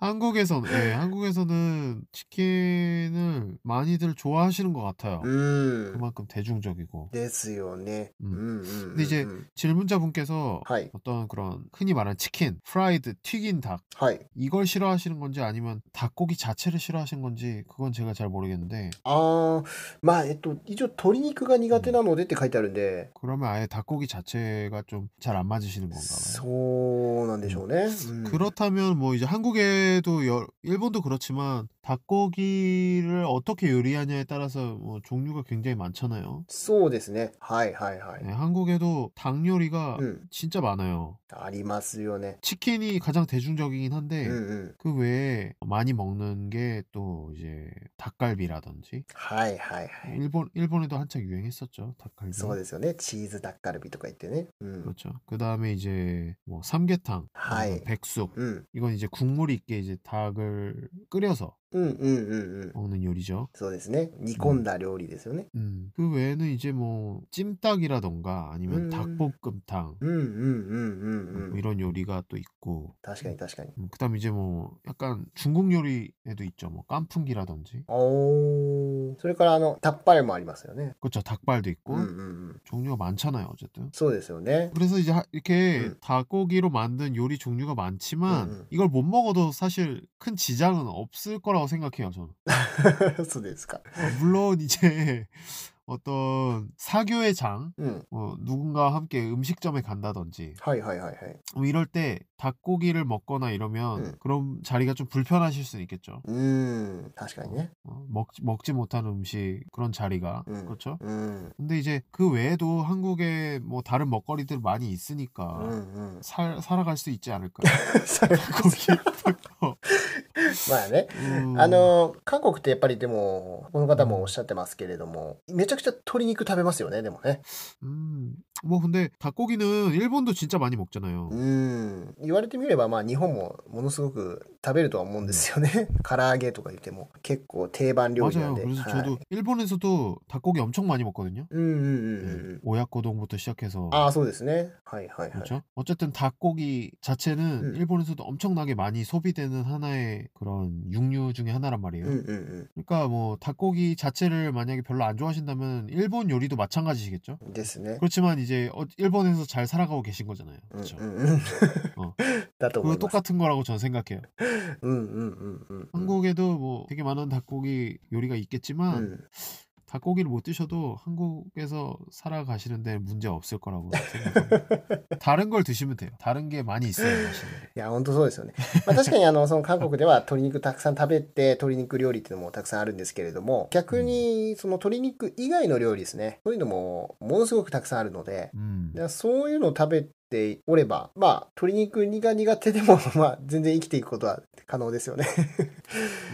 한국에서는 예, 한국에서는 치킨을 많이들 좋아하시는 것 같아요. 음. うん。 그만큼 대중적이고 ですよね。ううんんうんうんうん。で이제 、 질문자분께서 はい。 어떤 그런 흔히 말하는 치킨, 프라이드, 튀긴 닭 はい。 이걸 싫어하시는 건지 아니면 닭고기 자체를 싫어하시는 건지 그건 제가 잘 모르겠는데 ああ、まあ、えっと、一応、鶏肉が苦手なのでって書いてあるんで、 그러면 아예 닭고기 자체가 좀 잘 안 맞으시는 건가 봐요. そうなんでしょうね。うん 그렇다면 뭐 이제 한국에도 여- 일본도 그렇지만 닭고기를 어떻게 요리하냐에 따라서 뭐 종류가 굉장히 많잖아요. そうですね。はいはいはい 네, 。 한국에도 닭 요리가 うん。 진짜 많아요. ありますよね。 치킨이 가장 대중적이긴 한데 うんうん。 그 외에 많이 먹는 게 또 이제 닭갈비라든지 はいはいはい。 일본 일본에도 한창 유행했었죠 닭갈비 そうですよね。チーズダッカルビとか言ってね。うん。 그렇죠 그 다음에 이제 뭐 삼계탕 하이. 아니면 백숙 うん。 이건 이제 국물이 있게 이제 닭을 끓여서 うんうんうんうん。 먹는 요리죠 そうですね。煮込んだ料理ですよね。 음, 그 외에는 이제 뭐 찜닭이라던가 아니면 음. 닭볶음탕 うんうんうんうんう 뭐 ん。 이런 요리가 또 있고 確かに確かに。 음, 그다음 이제 뭐 약간 중국 요리에도 있죠 뭐 깐풍기라든지 おーそれからあの、タッパルもありますよね。 그렇죠 닭발도 있고 うんうんうん。 종류가 많잖아요 어쨌든 そうですよね。 그래서 이제 하- 이렇게 음. 닭고기로 만든 요리 종류가 많지만 음, 음. 이걸 못 먹어도 사실 큰 지장은 없을 거라고 생각해요 저는 そうですか。 어, 물론 이제 어떤 사교의 장 うん。 뭐 누군가와 함께 음식점에 간다든지 はいはいはいはい。 뭐 이럴 때 닭고기를 먹거나 이러면 음. 그럼 자리가 좀 불편하실 수는 있겠죠 うーん。確かにね。 어, 먹지, 먹지 못한 음식 그런 자리가 음. 그렇죠 うん。 근데 이제 그 외에도 한국에 뭐 다른 먹거리들 많이 う 있으니까 んうん。 살, 살아갈 수 있지 않을까 それ 거기 음. まあね。あの、韓国ってやっぱりでも、この方もおっしゃってますけれども、めちゃゃくちゃ鶏肉食べますよね、でもね。 음, 뭐 근데 닭고기는 일본도 진짜 많이 먹잖아요. うん。言われてみれば、まあ日本もものすごく食べるとは思うんですよね。 唐揚げとか言っても結構定番料理なん 네. 맞아요. で。 그래서 はい 저도 일본에서도 닭고기 엄청 많이 먹거든요. 네. うんうんうんうん 음, うん。 오야코동부터 시작해서 ああ、そうですね。はいはいはい。 그렇죠. 어쨌든 닭고기 자체는 음. 일본에서도 엄청나게 많이 소비되는 하나의 그런 육류 중에 하나란 う 말이에요. んうんうん。 그러니까 뭐 닭고기 자체를 만약에 별로 안 좋아하신다면 일본 요리도 마찬가지시겠죠. ですね。 그렇지만 이제 어- 일본에서 잘 살아가고 계신 거잖아요. うん 그렇죠. うんうん 어 だと思います。그 똑같은 거라고 저는 생각해요. うんうんうんうん。 한국에도 뭐 되게 많은 닭고기 요리가 う 있겠지만 ん 닭고기를 못 드셔도 한국에서 살아가시는데 문제 없을 거라고 생각합니다. 다른 걸 드시면 돼요. 다른 게 많이 있어요. 맛있는 게. いや、本当そうですよね。まあ、確かにあの、その韓国では鶏肉たくさん食べて、鶏肉料理っていうのもたくさんあるんですけれども、逆に、その鶏肉以外の料理ですね。そういうのも、ものすごくたくさんあるので、 음. いやそういうのを食べておれば、まあ、鶏肉が苦手でも、 まあ、全然生きていくことは可能ですよね。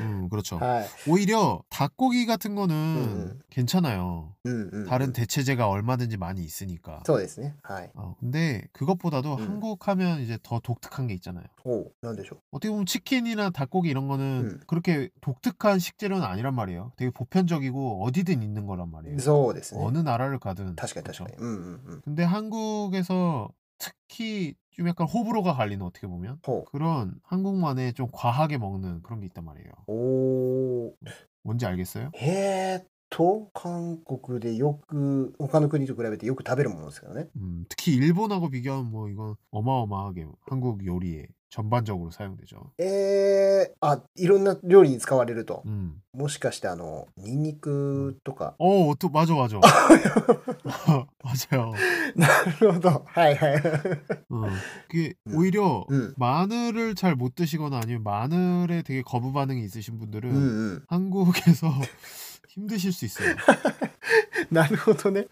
음, 그렇죠. はい。 오히려 닭고기 같은 거는 음. 괜찮아요. うんうん。 다른 대체제가 얼마든지 많이 있으니까. そうですね。はい。 어, 근데 그것보다도 음. 한국 하면 이제 더 독특한 게 있잖아요. おう、なんでしょ 어떻게 보면 치킨이나 닭고기 이런 거는 음. 그렇게 독특한 식재료는 아니란 말이에요. 되게 보편적이고 어디든 있는 거란 말이에요. う。そうですね。 어느 나라를 가든. 確かに 그렇죠? 確かに。うんうんうん。 근데 한국에서 특히 좀 약간 호불호가 갈리는 어떻게 보면 ほ 그런 한국만의 좀 과하게 먹는 그런 게 있단 말이에요. う。おー。 뭔지 알겠어요? えーっと、韓国でよく、他の国と比べてよく食べるものですけどね。 음, 특히 일본하고 비교하면 뭐 이건 어마어마하게 한국 요리에 전반적으로 사용되죠. えー、あ、いろんな料理に使われると。 음. もしかして、あの、ニンニクとか。 어, 어떠- 맞아, 맞아. 맞아요. なるほど。はいはい。 어, 그게 음. 오히려 うん。 마늘을 잘 못 드시거나 아니면 마늘에 되게 거부 반응이 있으신 분들은 うんうん。 한국에서 힘드실 수 있어요. なるほどね。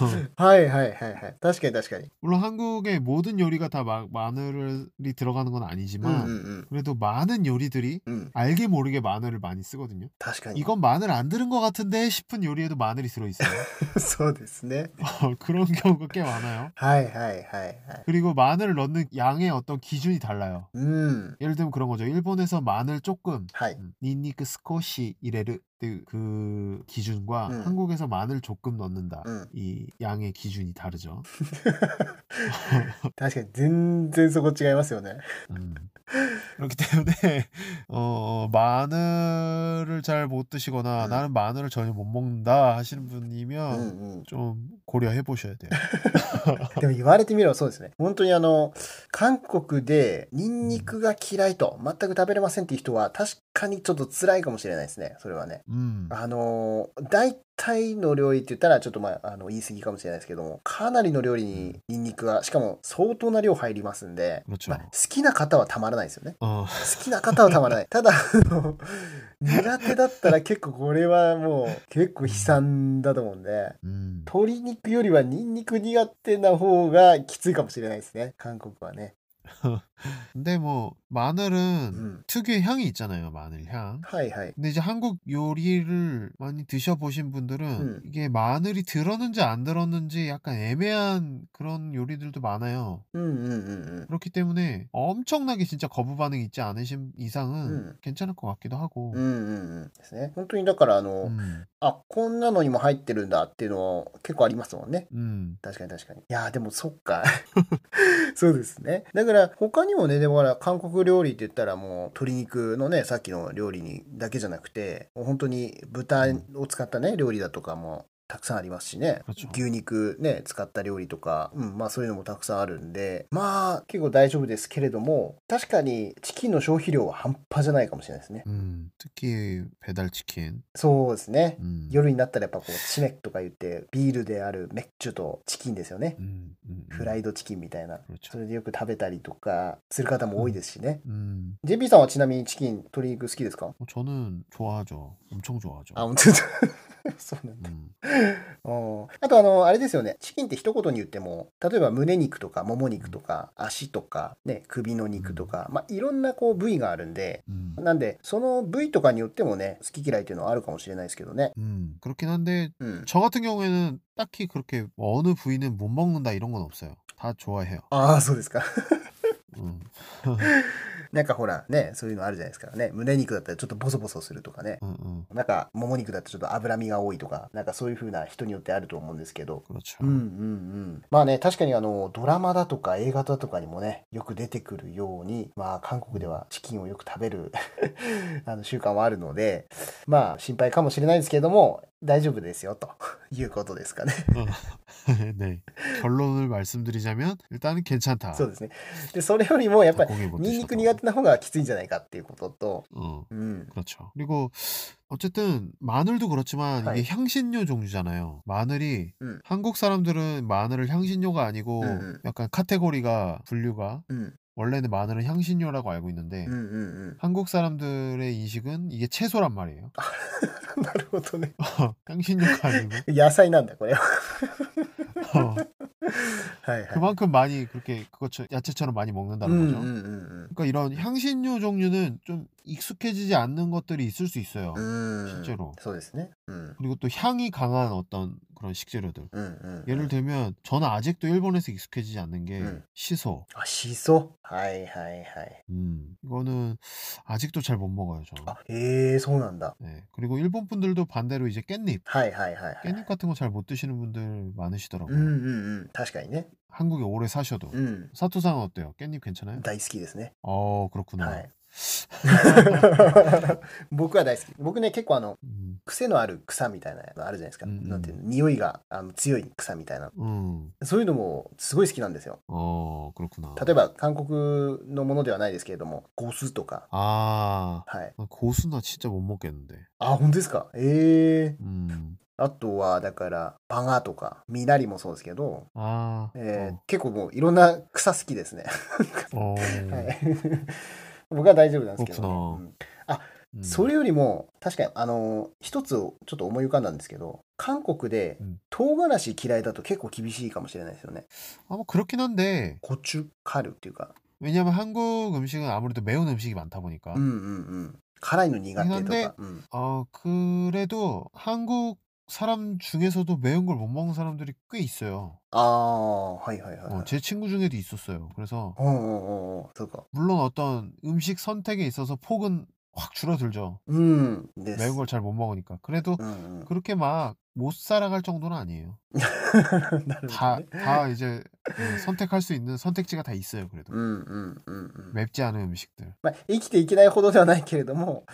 어. はいはいはいはい。確かに確かに。 물론 한국의 모든 요리가 다 마, 마늘이 들어가는 건 うん 아니지만 うんうん。 그래도 많은 요리들이 うん、 알게 모르게 마늘을 많이 쓰거든요. 確かに。 이건 마늘 안 들은 것 같은데 싶은 요리에도 마늘이 들어있어요. そう ですね。 어, 그런 경우가 꽤 많아요. はいはいはいはい。 그리고 마늘을 넣는 양의 어떤 기준이 달라요. うん。 예를 들면 그런 거죠. 일본에서 마늘 조금, はい。 음, 닌니크 스코시 이레르 그- 그 기준과 음. 한국에서 마늘 조금 넣는다. うん。 이 양의 기준이 다르죠. 確かに全然そこ違いますよね。 음. 그렇기 때문에 어, 마늘을 잘 못 드시거나 음. 나는 마늘을 전혀 못 먹는다 하시는 うん 분이면 うん。 좀 고려해 보셔야 돼요. でも言われてみればそうですね。本当にあの、韓国でニンニクが嫌いと、全く食べれませんっていう人は、確かにちょっと辛いかもしれないですね。それはね。 음. あのー、大体の料理って言ったら、ちょっとまあ、あの、言い過ぎかもしれないですけども、かなりの料理にニンニクが、しかも相当な量入りますんで、 그렇죠. まあ、好きな方はたまらないですよね。 어, 好きな方はたまらない。ただ、あの、苦手だったら結構これはもう、結構悲惨だと思うんで、 음. 鶏肉よりはニンニク苦手な方がきついかもしれないですね韓国はね 근데 뭐 마늘은 うん 특유의 향이 있잖아요. 마늘 향. はいはい 근데 이제 한국 요리를 많이 드셔보신 분들은 음. 이게 마늘이 들었는지 안 들었는지 약간 애매한 그런 요리들도 많아요. うんうんうん 그렇기 때문에 엄청나게 진짜 거부 반응 있지 않으신 이상은 음. 괜찮을 것 같기도 하고. うんうんうんうんですね本当にだからあの、 음, あこんなのにも入ってるんだっていうの結構ありますもんね 음. 確かに確かにいやーでもそっか そうですねだから他にもねでもほら韓国料理って言ったらもう鶏肉のねさっきの料理にだけじゃなくてもう本当に豚を使ったね料理だとかもたくさんありますしね 그렇죠. 牛肉ね使った料理とか、うん、まあそういうのもたくさんあるんでまあ結構大丈夫ですけれども確かにチキンの消費量は半端じゃないかもしれないですね 음, 특히 배달 치킨. そうですね 음. 夜になったらやっぱこうチメックとか言ってビールであるメッチュとチキンですよね 음, 음, 음. フライドチキンみたいな 그렇죠. それでよく食べたりとかする方も多いですしね、 음, JP さんはちなみにチキン鶏肉好きですか 어, 저는 좋아하죠. 엄청 좋아하죠. 아, 아무튼 そうなんだ。 음. うんあとあの、あれですよね。チキンって一言に言っても、例えば胸肉とか、もも肉とか、足とか、ね、首の肉とか、まあ、いろんなこう部位があるんで、 음. なんで、その部位とかによってもね、好き嫌いっていうのはあるかもしれないですけどね。 음, 그렇긴 한데 음. 저 같은 경우에는 딱히 그렇게 어느 부위는 못 먹는다 이런 건 없어요. 다 좋아해요. ああ、そうですか。 음. なんかほら、ね、そういうのあるじゃないですか。ね、胸肉だったらちょっとボソボソするとかね。 음, 음. なんか、もも肉だとちょっと脂身が多いとか、なんかそういう風な人によってあると思うんですけど。 그렇죠. うんうんうん。まあね、確かにあの、ドラマだとか映画だとかにもね、よく出てくるように、まあ、韓国ではチキンをよく食べる、 あの、習慣はあるので、まあ、心配かもしれないですけれども、大丈夫ですよ、ということですかね。 네. 결론을 말씀드리자면 일단은 괜찮다. 뭐 そうですね。で、それよりも、やっぱり、 닭고기 못 ニンニ 드셔도. ク苦手な方がきついんじゃないかっていうことと、 어, うん。 그렇죠. 그리고 어쨌든 마늘도 그렇지만 하이. 이게 향신료 종류잖아요. 마늘이 아, 예. 음. 한국 사람들은 마늘을 향신료가 아니고 음, 음. 약간 카테고리가 분류가 うん、 원래는 마늘은 향신료라고 알고 있는데 うん、うん、うん。 한국 사람들의 인식은 이게 채소란 말이에요. なるほどね。 어, 향신료가 아니고 野菜なんだ、これは。 어, はいはい。 그만큼 많이 그렇게 그것처럼 야채처럼 많이 먹는다는 うん、うん、 거죠. うん、 그러니까 이런 향신료 종류는 좀 익숙해지지 않는 것들이 있을 수 있어요. うん。うん。 실제로 そうですね。うん、 그리고 또 향이 강한 어떤 그런 식재료들. うん、うん。 예를 들면 저는 아직도 일본에서 익숙해지지 않는 게 음. 시소. あ、しそはいはいはい。 음, 이거는 아직도 잘 못 먹어요, 저는. あ、へえ、そうなんだ。 네. 그리고 일본 분들도 반대로 이제 깻잎. はいはいはい、はい。 깻잎 같은 거 잘 못 드시는 분들 う 많으시더라고요. んうんうん。確かにね。 한국에 오래 사셔도. うん。 사토상은 어때요? 깻잎 괜찮아요? 大好きですね。 어 그렇구나. はい。 僕は大好き。僕ね、結構あの、 음, 癖のある草みたいなのあるじゃないですか。うんうんなんていうの匂いがあの強い草みたいな。 음, そういうのもすごい好きなんですよ。 어 그렇구나. 例えば、韓国のものではないですけれども、ゴスとか。 아 はい。 고수나 진짜 못 먹겠는데. あ、本当ですか。ええ 음, あとは、だから、バガとか、ミナリもそうですけど、 아, えー結構もういろんな草好きですね。 어, 어, はい、 僕は大丈夫なんですけど、 그렇구나. うん 음, それよりも確かにあの一つをちょっと思い浮かんだんですけど韓国でうん唐辛子嫌いだと結構厳しいかもしれないですよね。 아마 뭐 그렇긴 한데 コチュカルっていうか、 왜냐면 한국 음식은 아무래도 매운 음식이 많다 보니까. うんうんうん、辛いの苦手となんでか、うん、 어 그래도 한국 사람 중에서도 매운 걸 못 먹는 사람들이 꽤 있어요. ああはいはいはい、 어, はい。 제 친구 중에도 있었어요. 그래서 おうおうおうおうそうか。 물론 어떤 음식 선택에 있어서 폭은 확 줄어들죠. うんです。 매운 걸 잘 못 먹으니까. 그래도 うんうん、 그렇게 막 못 살아갈 정도는 아니에요. なるほ 다 どね。 다 이제 음, 선택할 수 있는 선택지가 다 있어요. う 그래도 んうんうんうん。 맵지 않은 음식들. まあ、生きていけないほどではないけれど も、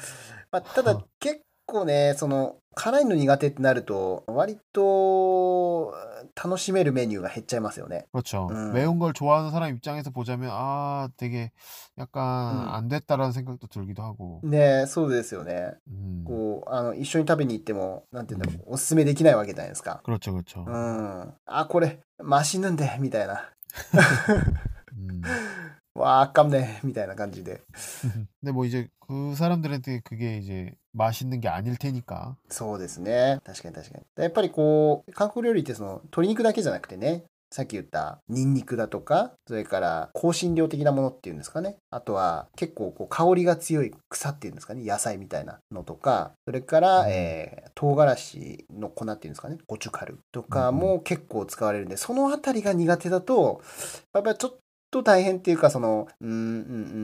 まあ、たはだあ結構ねその辛いの苦手ってなると割と楽しめるメニューが減っちゃいますよね。 그렇죠. 음. 매운 걸 좋아하는 사람 입장에서 보자면 아 되게 약간 음. 안 됐다라는 생각도 들기도 하고. ねそうですよね。 음. こうあの一緒に食べに行ってもなんて言うんだろうおすすめできないわけじゃないですか。 그렇죠, 그렇죠. 아. うん、あこれマシなんでみたいな 음. わああかんねみたいな感じで 근데 뭐 이제 그 사람들한테 그게 이제 맛있는 게 아닐 테니까. そうですね確かに確かにやっぱりこう韓国料理ってその鶏肉だけじゃなくてねさっき言ったニンニクだとかそれから香辛料的なものっていうんですかねあとは結構こう香りが強い草っていうんですかね野菜みたいなのとかそれから、うんえー唐辛子の粉っていうんですかねゴチュカルとかも結構使われるんでそのあたりが苦手だとやっぱりちょっと大変っていうかそのうんうんう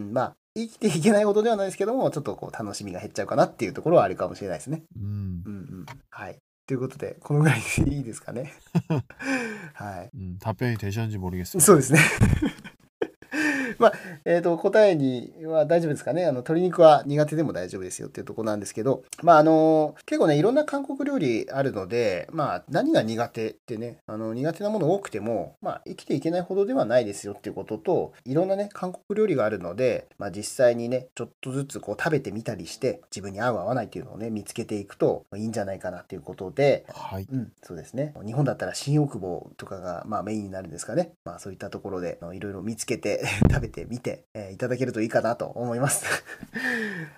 んまあ生きていけないほどではないですけどもちょっとこう楽しみが減っちゃうかなっていうところはあるかもしれないですね。 음. うんうんはい。ということで、このぐらいでいいですか ね。は 음, 답변이 되셨는지 い。 모르겠습니다. そうですね。 まあ、えっ、と、答えには大丈夫ですかね。あの、鶏肉は苦手でも大丈夫ですよっていうところなんですけど、まあ、あの、結構ね、いろんな韓国料理あるので、まあ、何が苦手ってね、あの、苦手なもの多くても、まあ、生きていけないほどではないですよっていうことと、いろんなね、韓国料理があるので、まあ、実際にね、ちょっとずつこう食べてみたりして、自分に合う合わないっていうのをね、見つけていくといいんじゃないかなっていうことで、 아, 하이. うん、そうですね。日本だったら新大久保とかが、まあ、メインになるんですかね。まあ、そういったところであのいろいろ見つけて 食べべてみて、えーいただけるといいかなと思います。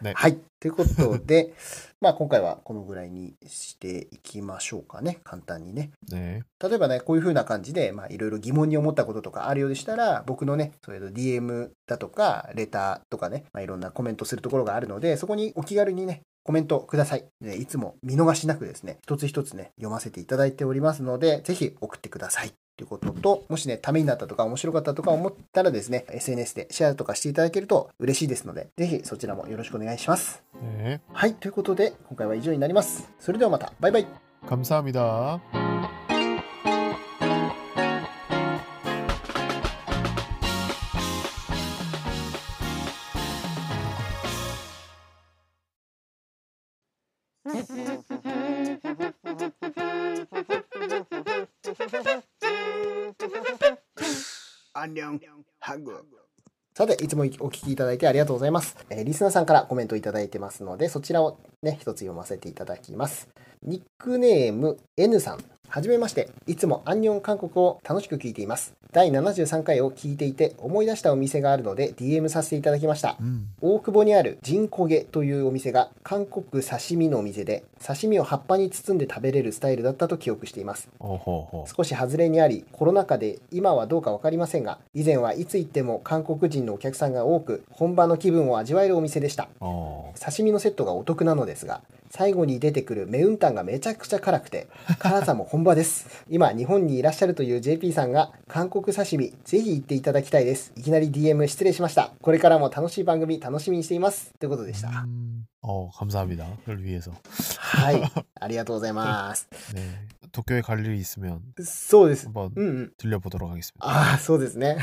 ねはい。ということで、まあ今回はこのぐらいにしていきましょうかね。簡単にね。 네. 例えばね、こういう風な感じで、まあ、いろいろ疑問に思ったこととかあるようでしたら、僕のね、それと DM だとか、レターとかね、まあ、いろんなコメントするところがあるので、そこにお気軽にね、コメントください。ね、いつも見逃しなくですね、一つ一つね、読ませていただいておりますので、ぜひ送ってください。ということと、もしね、ためになったとか面白かったとか思ったらですね、SNS でシェアとかしていただけると嬉しいですので、ぜひそちらもよろしくお願いします。 네. はい、ということで、今回は以上になります。それではまた、バイバイ。 감사합니다. 안녕하고. さて、いつもお聞きいただいてありがとうございます。えーリスナーさんからコメントいただいてますので、そちらをね、一つ読ませていただきます。ニックネーム N さん。はじめまして。いつもアンニョン韓国を楽しく聞いています。第73回を聞いていて思い出したお店があるので DM させていただきました。 음. 大久保にあるジンコゲというお店が韓国刺身のお店で刺身を葉っぱに包んで食べれるスタイルだったと記憶しています。 어허허. 少し外れにありコロナ禍で今はどうか分かりませんが以前はいつ行っても韓国人のお客さんが多く本場の気分を味わえるお店でした 어. 刺身のセットがお得なのですが最後に出てくるメウンタンがめちゃくちゃ辛くて辛さも本場です今日本にいらっしゃるという JP さんが韓国刺身ぜひ行っていただきたいですいきなり DM 失礼しましたこれからも楽しい番組楽しみにしていますということでした 음. 어, 감사합니다. 그걸 위해서. はいありがとうございます 네. 음. 도쿄에 갈 일이 있으면 そうです 한번 うんうん 들려보도록 하겠습니다. ああそうですね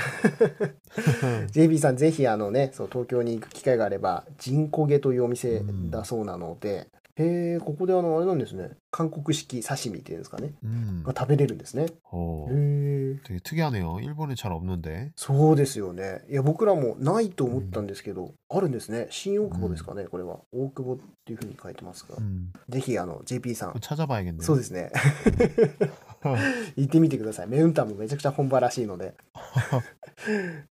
JB さんぜひあのねそう東京に行く機会があればジンコゲというお店だそうなので、へえここであのあれなんですね韓国式刺身っていうんですかね 음. が食べれるんですね 어. へえ 되게 특이하네요. 일본에 잘 없는데. そうですよねいや僕らもないと思ったんですけど、あるんですね新大久保ですかね、これは大久保っていうふうに書いてますが、 음. ぜひあの JP さん 찾아봐야겠네요. そうですね行ってみてくださいメウンタンもめちゃくちゃ本場らしい ので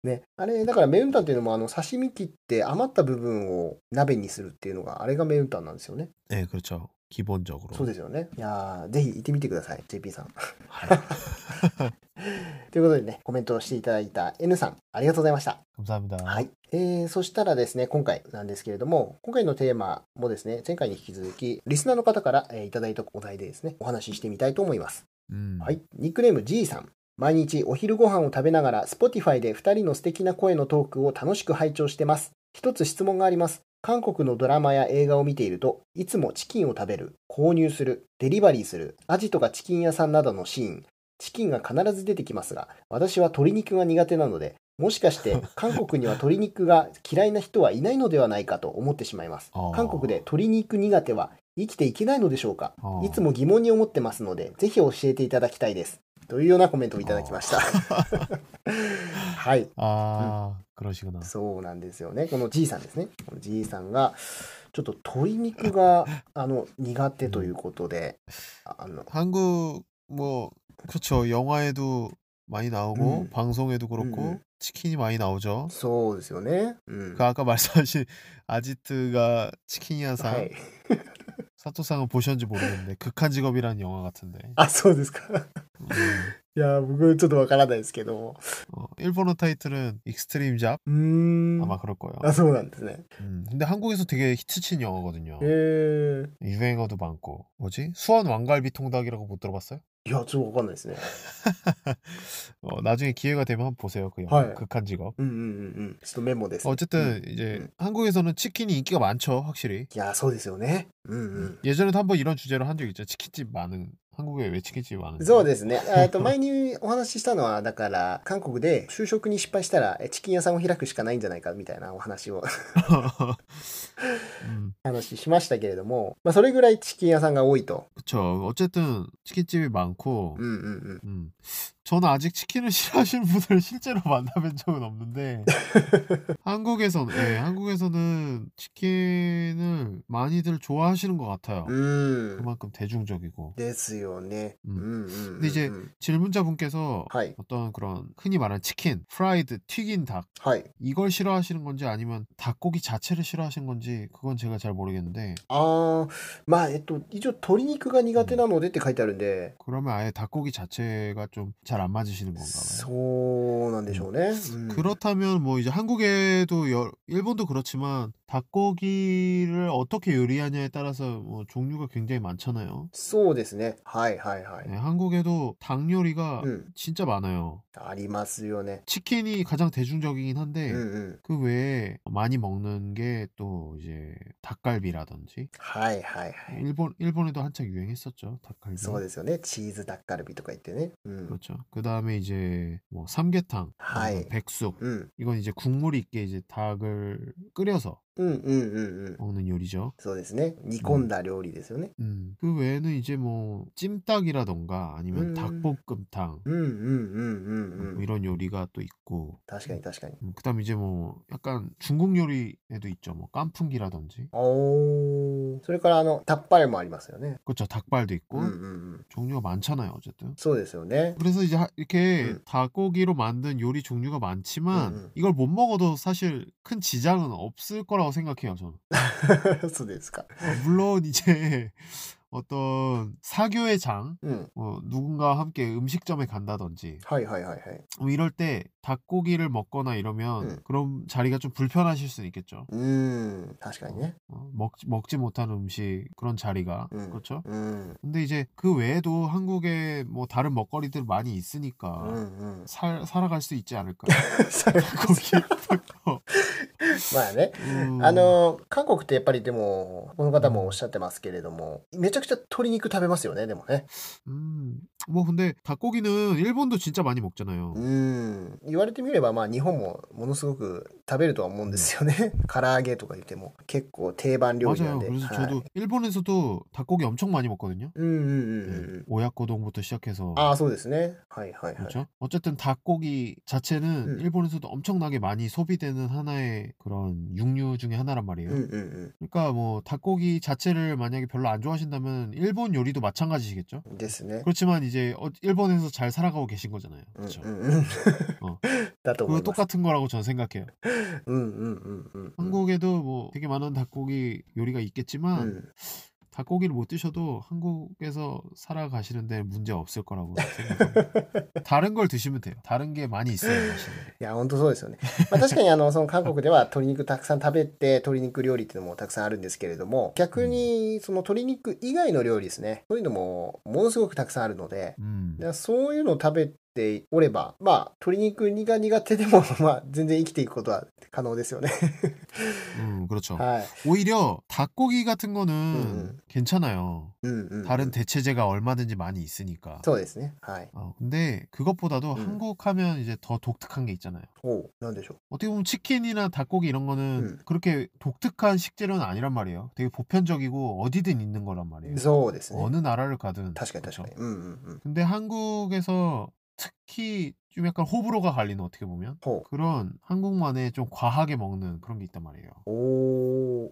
ねあれだからメウンタンっていうのもあの刺身切って余った部分を鍋にするっていうのがあれがメウンタンなんですよね 네, 그렇죠. 기본적으로. そうですよねいやーぜひ行ってみてください JP さんということでねコメントをしていただいた N さんありがとうございました 감사합니다. はい、えーそしたらですね今回なんですけれども今回のテーマもですね前回に引き続きリスナーの方から、えーいただいたお題でですねお話ししてみたいと思います 음. はい、ニックネーム G さん。毎日お昼ご飯を食べながら Spotify で2人の素敵な声のトークを楽しく拝聴してます。一つ質問があります。韓国のドラマや映画を見ていると、いつもチキンを食べる、購入する、デリバリーする、アジとかチキン屋さんなどのシーン、チキンが必ず出てきますが、私は鶏肉が苦手なので、もしか して韓国には鶏肉が嫌いな人はいないのではないかと思ってしまいますあー。韓国で鶏肉苦手は生きていけないのでしょうかあーいつも疑問に思ってますので、ぜひ教えていただきたいです。というようなコメントをいただき ました。はい。 아, 그러시구나. そうなんですよね。この G さんですね。この G さんが、ちょっと鶏肉 が、あの、苦手ということで、あの、 한국 뭐 그렇죠. 영화에도 많이 나오고 음. 방송에도 그렇고 음, 음. 치킨이 많이 나오죠. そうですよね。うん。 그 아까 말씀하신 아지트가 치킨이야상 はい。 사토상은 보셨는지 모르겠는데 극한 직업이라는 영화 같은데 あ、そうですか。 음, いや、僕、ちょっとわからないですけど。 어, 일본어 타이틀은 익스트림 잡 うーん。 아마 그럴 거예요. あ、そうなんですね。 음, 근데 한국에서 되게 히트친 영화거든요. へえ。 유행어도 많고 뭐지 수원 왕갈비 통닭이라고 못 들어봤어요? いや、ちょっとわかんないですね。 어, 나중에 기회가 되면 한번 보세요 그 영화 네. 극한 직업. うんうんうんうん。ちょっとメモです。 어쨌든 이제 네. 음. 한국에서는 치킨이 인기가 많죠 확실히 いや、そうですよね。うん 예전에도 한번 이런 주제로 한 적 있죠 치킨집 많은 한국에 왜 치킨집 많은 うん。そうですね。 えっと、前にお話ししたのは、だから、韓国で就職に失敗したら、えチキン屋さんを開くしかないんじゃないか、みたいなお話を 음, 話しましたけれども、まあ、それぐらいチキン屋さんが多いと。 그쵸 어쨌든 치킨집이 많고 うんうんうん。 음, 저는 아직 치킨을 싫어하시는 분을 실제로 만나뵌 적은 없는데 한국에서는 예, 한국에서는 치킨을 많이들 좋아하시는 것 같아요. 음. うん。 그만큼 대중적이고 ですよね。うんうんうんうんで이제 うん 질문자 분께서 はい。 어떤 그런 흔히 말하는 치킨, 프라이드, 튀긴 닭 はい。 이걸 싫어하시는 건지 아니면 닭고기 자체를 싫어하시는 건지 그건 제가 잘 모르겠는데 ああ、まあ、えっと、一応、鶏肉が苦手なのでって書いてあるんで、 그러면 아예 닭고기 자체가 좀 잘 안 맞으시는 건가 봐요. そうなんでしょうね。うん 그렇다면 뭐 이제 한국에도 여- 일본도 그렇지만 닭고기를 어떻게 요리하냐에 따라서 뭐 종류가 굉장히 많잖아요. そうですね。はいはいはい。 네, 한국에도 닭 요리가 うん。 진짜 많아요. ありますよね。 치킨이 가장 대중적이긴 한데 うんうん。 그 외에 많이 먹는 게 또 이제 닭갈비라든지 はいはいはい。 일본 일본에도 한창 유행했었죠 닭갈비. そうですよね。チーズダッカルビとか言ってね。うん。 그렇죠. 그 다음에 이제 뭐 삼계탕, 하이. 아니면 백숙 うん。 이건 이제 국물이 있게 이제 닭을 끓여서 うんうんうんうん。 먹는 요리죠. そうですね。煮込んだ料理ですよね。 음, 그 외에는 이제 뭐 찜닭이라던가 아니면 음. 닭볶음탕 うんうんうんうんう 뭐 ん。 이런 요리가 또 있고 確かに確かに。 음, 그다음 이제 뭐 약간 중국 요리에도 있죠 뭐 깐풍기라든지 おー。それから、あの、タッパルもありますよね。 그렇죠 닭발도 있고 うんうんうん。 종류가 많잖아요 어쨌든 そうですよね。 그래서 이제 하- 이렇게 음. 닭고기로 만든 요리 종류가 많지만 음, 음. 이걸 못 먹어도 사실 큰 지장은 없을 거라고 생각해요 저는 어, そうですか。 물론 이제 어떤 사교의 장 うん。 뭐 누군가와 함께 음식점에 간다든지 はいはいはいはい。 뭐 이럴 때 닭고기를 먹거나 이러면 응. 그럼 자리가 좀 불편하실 수는 있겠죠. うーん。確かにね。 어, 먹, 먹지 못한 음식 그런 자리가 응. 그렇죠. うん。 근데 이제 그 외에도 한국에 뭐 다른 먹거리들 많이 う 있으니까 ん うん。 살 살아갈 수 있지 않을까. まあね。 음. あの、韓国ってやっぱりでも、この方もおっしゃってますけれども、めちゃくちゃ鶏肉食べますよね、でもね。 음뭐 근데 닭고기는 일본도 진짜 많이 먹잖아요. うん。言われてみれば、まあ日本もものすごく食べるとは思うんですよね。 唐揚げとか言っても、結構定番料理なん 네. 맞아요. で。 그래서 はい 저도 일본에서도 닭고기 엄청 많이 먹거든요. 네, うんうんうんう 음, んうん。 오야코동부터 시작해서 ああ、そうですね。はいはいはい。 그렇죠. 어쨌든 닭고기 자체는 음. 일본에서도 엄청나게 많이 소비되는 하나의 그런 육류 중에 하나란 う 말이에요. んうんうん。 그러니까 뭐 닭고기 자체를 만약에 별로 안 좋아하신다면 일본 요리도 마찬가지시겠죠. ですね。 그렇지만 이제 어- 일본에서 잘 살아가고 계신 거잖아요. うん 그렇죠. うんうん。 어 だと思いま 그거 す。 똑같은 거라고 저는 생각해요. うんうんうんうん。 한국에도 뭐 되게 많은 닭고기 요리가 う 있겠지만 ん。 닭고기를 못 드셔도 한국에서 살아가시는데 문제 없을 거라고 생각합니다. 다른 걸 드시면 돼요. 다른 게 많이 있어요. 사실. いや、本当そうですよね。まあ、確かにあの、その韓国では鶏肉たくさん食べて、鶏肉料理っていうのもたくさんあるんですけれども、逆に、その鶏肉以外の料理ですね。そういうのも、ものすごくたくさんあるので、 음. だからそういうのを食べておれば、まあ、鶏肉が苦手でも、 まあ、全然生きていくことは可能ですよね。 음 그렇죠. はい。 오히려 닭고기 같은 거는 음. 괜찮아요. うんうん。 다른 대체제가 얼마든지 많이 있으니까. そうですね。はい。 어, 근데 그것보다도 음. 한국 하면 이제 더 독특한 게 있잖아요. おう、なんでしょ 어떻게 보면 치킨이나 닭고기 이런 거는 음. 그렇게 독특한 식재료는 아니란 말이에요. 되게 보편적이고 어디든 있는 거란 말이에요. う。そうですね。 어느 나라를 가든. 確かに 그렇죠? 確かに。うんうんうん。 근데 한국에서 특히 좀 약간 호불호가 갈리는 어떻게 보면 ほ 그런 한국만의 좀 과하게 먹는 그런 게 있단 말이에요. う。おー。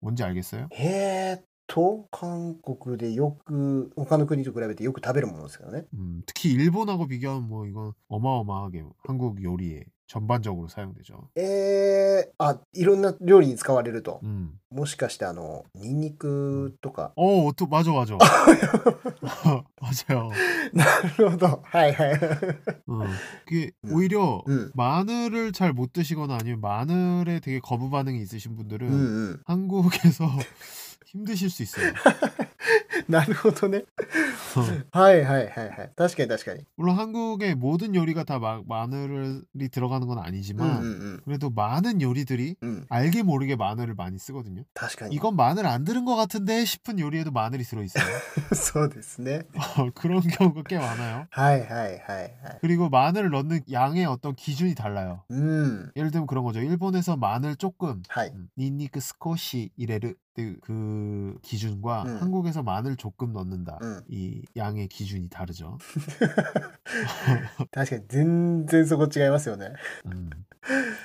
뭔지 알겠어요? えーっと、韓国でよく、他の国と比べてよく食べるものですけどね。 음, 특히 일본하고 비교하면 뭐 이건 어마어마하게 한국 요리에 전반적으로 사용되죠. えー、あ、いろんな料理に使われると。 음. もしかして、あの、ニンニクとか。 어, 어떠- 맞아, 맞아. 맞아요. なるほど。はいはい。 어, 그게 음. 오히려 うん。 마늘을 잘 못 드시거나 아니면 마늘에 되게 거부 반응이 있으신 분들은 うんうん。 한국에서 힘드실 수 있어요. なるほどね。 어, はいはいはいはい。確かに確かに。 물론 한국의 모든 요리가 다 마, 마늘이 들어가는 건 うん 아니지만 うん 그래도 많은 요리들이 うん。うん。 알게 모르게 마늘을 많이 쓰거든요. 確かに。 이건 마늘 안 들은 것 같은데 싶은 요리에도 마늘이 들어있어요. そうですね。 어, 그런 경우가 꽤 많아요. はいはいはいはい。 그리고 마늘을 넣는 양의 어떤 기준이 달라요. うん。 예를 들면 그런 거죠. 일본에서 마늘 조금, はい。 음, 니니크 스코시 이레르 그때 그 기준과 음. 한국에서 마늘 조금 넣는다. うん。 이 양의 기준이 다르죠. 確かに全然そこ違いますよね。 음.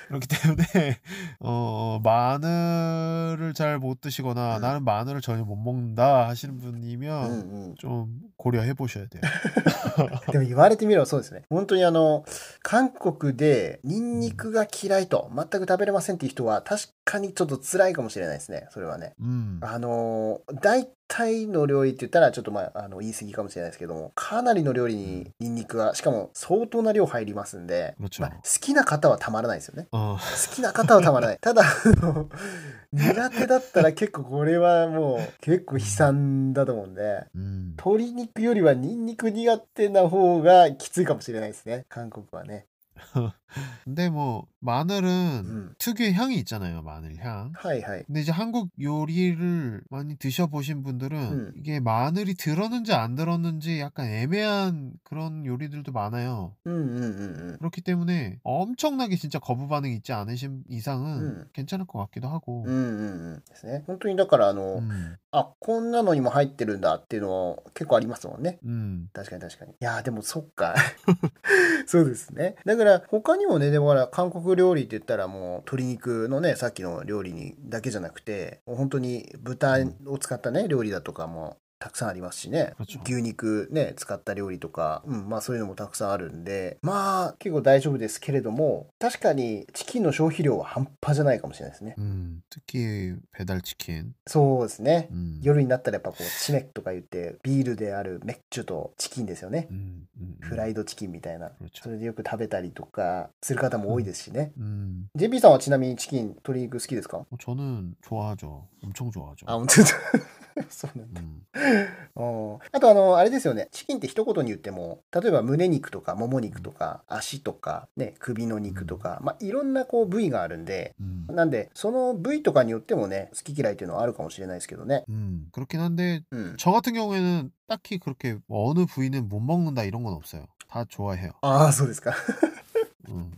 그렇기 때문에 어, 마늘을 잘 못 드시거나 음. 나는 마늘을 전혀 못 먹는다 하시는 う 분이면 んうん。 좀 고려해 보셔야 돼요. でも言われてみればそうですね。本当にあの、韓国でニンニクが嫌いと、全く食べれませんっていう人は、確かにちょっと辛いかもしれないですね。それはね。 음. あのー、大体の料理って言ったら、ちょっとまあ、あの、言い過ぎかもしれないですけども、かなりの料理にニンニクが、しかも相当な量入りますんで、 그렇죠. まあ、好きな方はたまらないですよね。 어, 好きな方はたまらない。ただ、あの、苦手だったら結構これはもう、結構悲惨だと思うんで、 음. 鶏肉よりはニンニク苦手な方がきついかもしれないですね。韓国はね。 근데 뭐 う 마늘은 ん。 특유의 향이 있잖아요. 마늘 향. はいはい。 근데 이제 한국 요리를 많이 드셔보신 분들은 음. 이게 마늘이 들었는지 안 들었는지 약간 애매한 그런 요리들도 많아요. うんうんうん 그렇기 때문에 엄청나게 진짜 거부 반응 있지 않으신 うん。う 이상은 ん。 괜찮을 것 같기도 하고. うんうんうんですね。本当にだからあの、 음, あ、こんなのにも入ってるんだっていうの結構ありますもんね。 음. 確かに確かに。いやーでもそっか。 そうですね。だから他にもね、でもほら韓国料理って言ったらもう鶏肉のね、さっきの料理にだけじゃなくて、もう本当に豚を使ったね、料理だとかもたくさんありますしね。 그렇죠 牛肉ね、使った料理とか、うん、まあそういうのもたくさんあるんで、まあ結構大丈夫ですけれども、確かにチキンの消費量は半端じゃないかもしれないですね。 음, 특히 배달 치킨. そうですね。 음. 夜になったらやっぱこう、チメックとか言って、ビールであるメッチュとチキンですよね。 음, 음, 음. フライドチキンみたいな。 그렇죠. それでよく食べたりとかする方も多いですしね。 음, JP さんはちなみにチキン、鶏肉好きですか 어, 저는 좋아하죠. 엄청 좋아하죠. あ、本当だ。 そうなんだ。 음, うんあとあの、あれですよね。チキンって一言に言っても、例えば胸肉とか、もも肉とか、足とか、ね、首の肉とか、まあ、いろんなこう部位があるんで、 음, なんで、その部位とかによってもね、好き嫌いっていうのはあるかもしれないですけどね。 음. 그렇긴 한데 うん。 저 같은 경우에는 딱히 그렇게 뭐 어느 부위는 못 먹는다 이런 건 없어요. 다 좋아해요. ああ、そうですか。 음,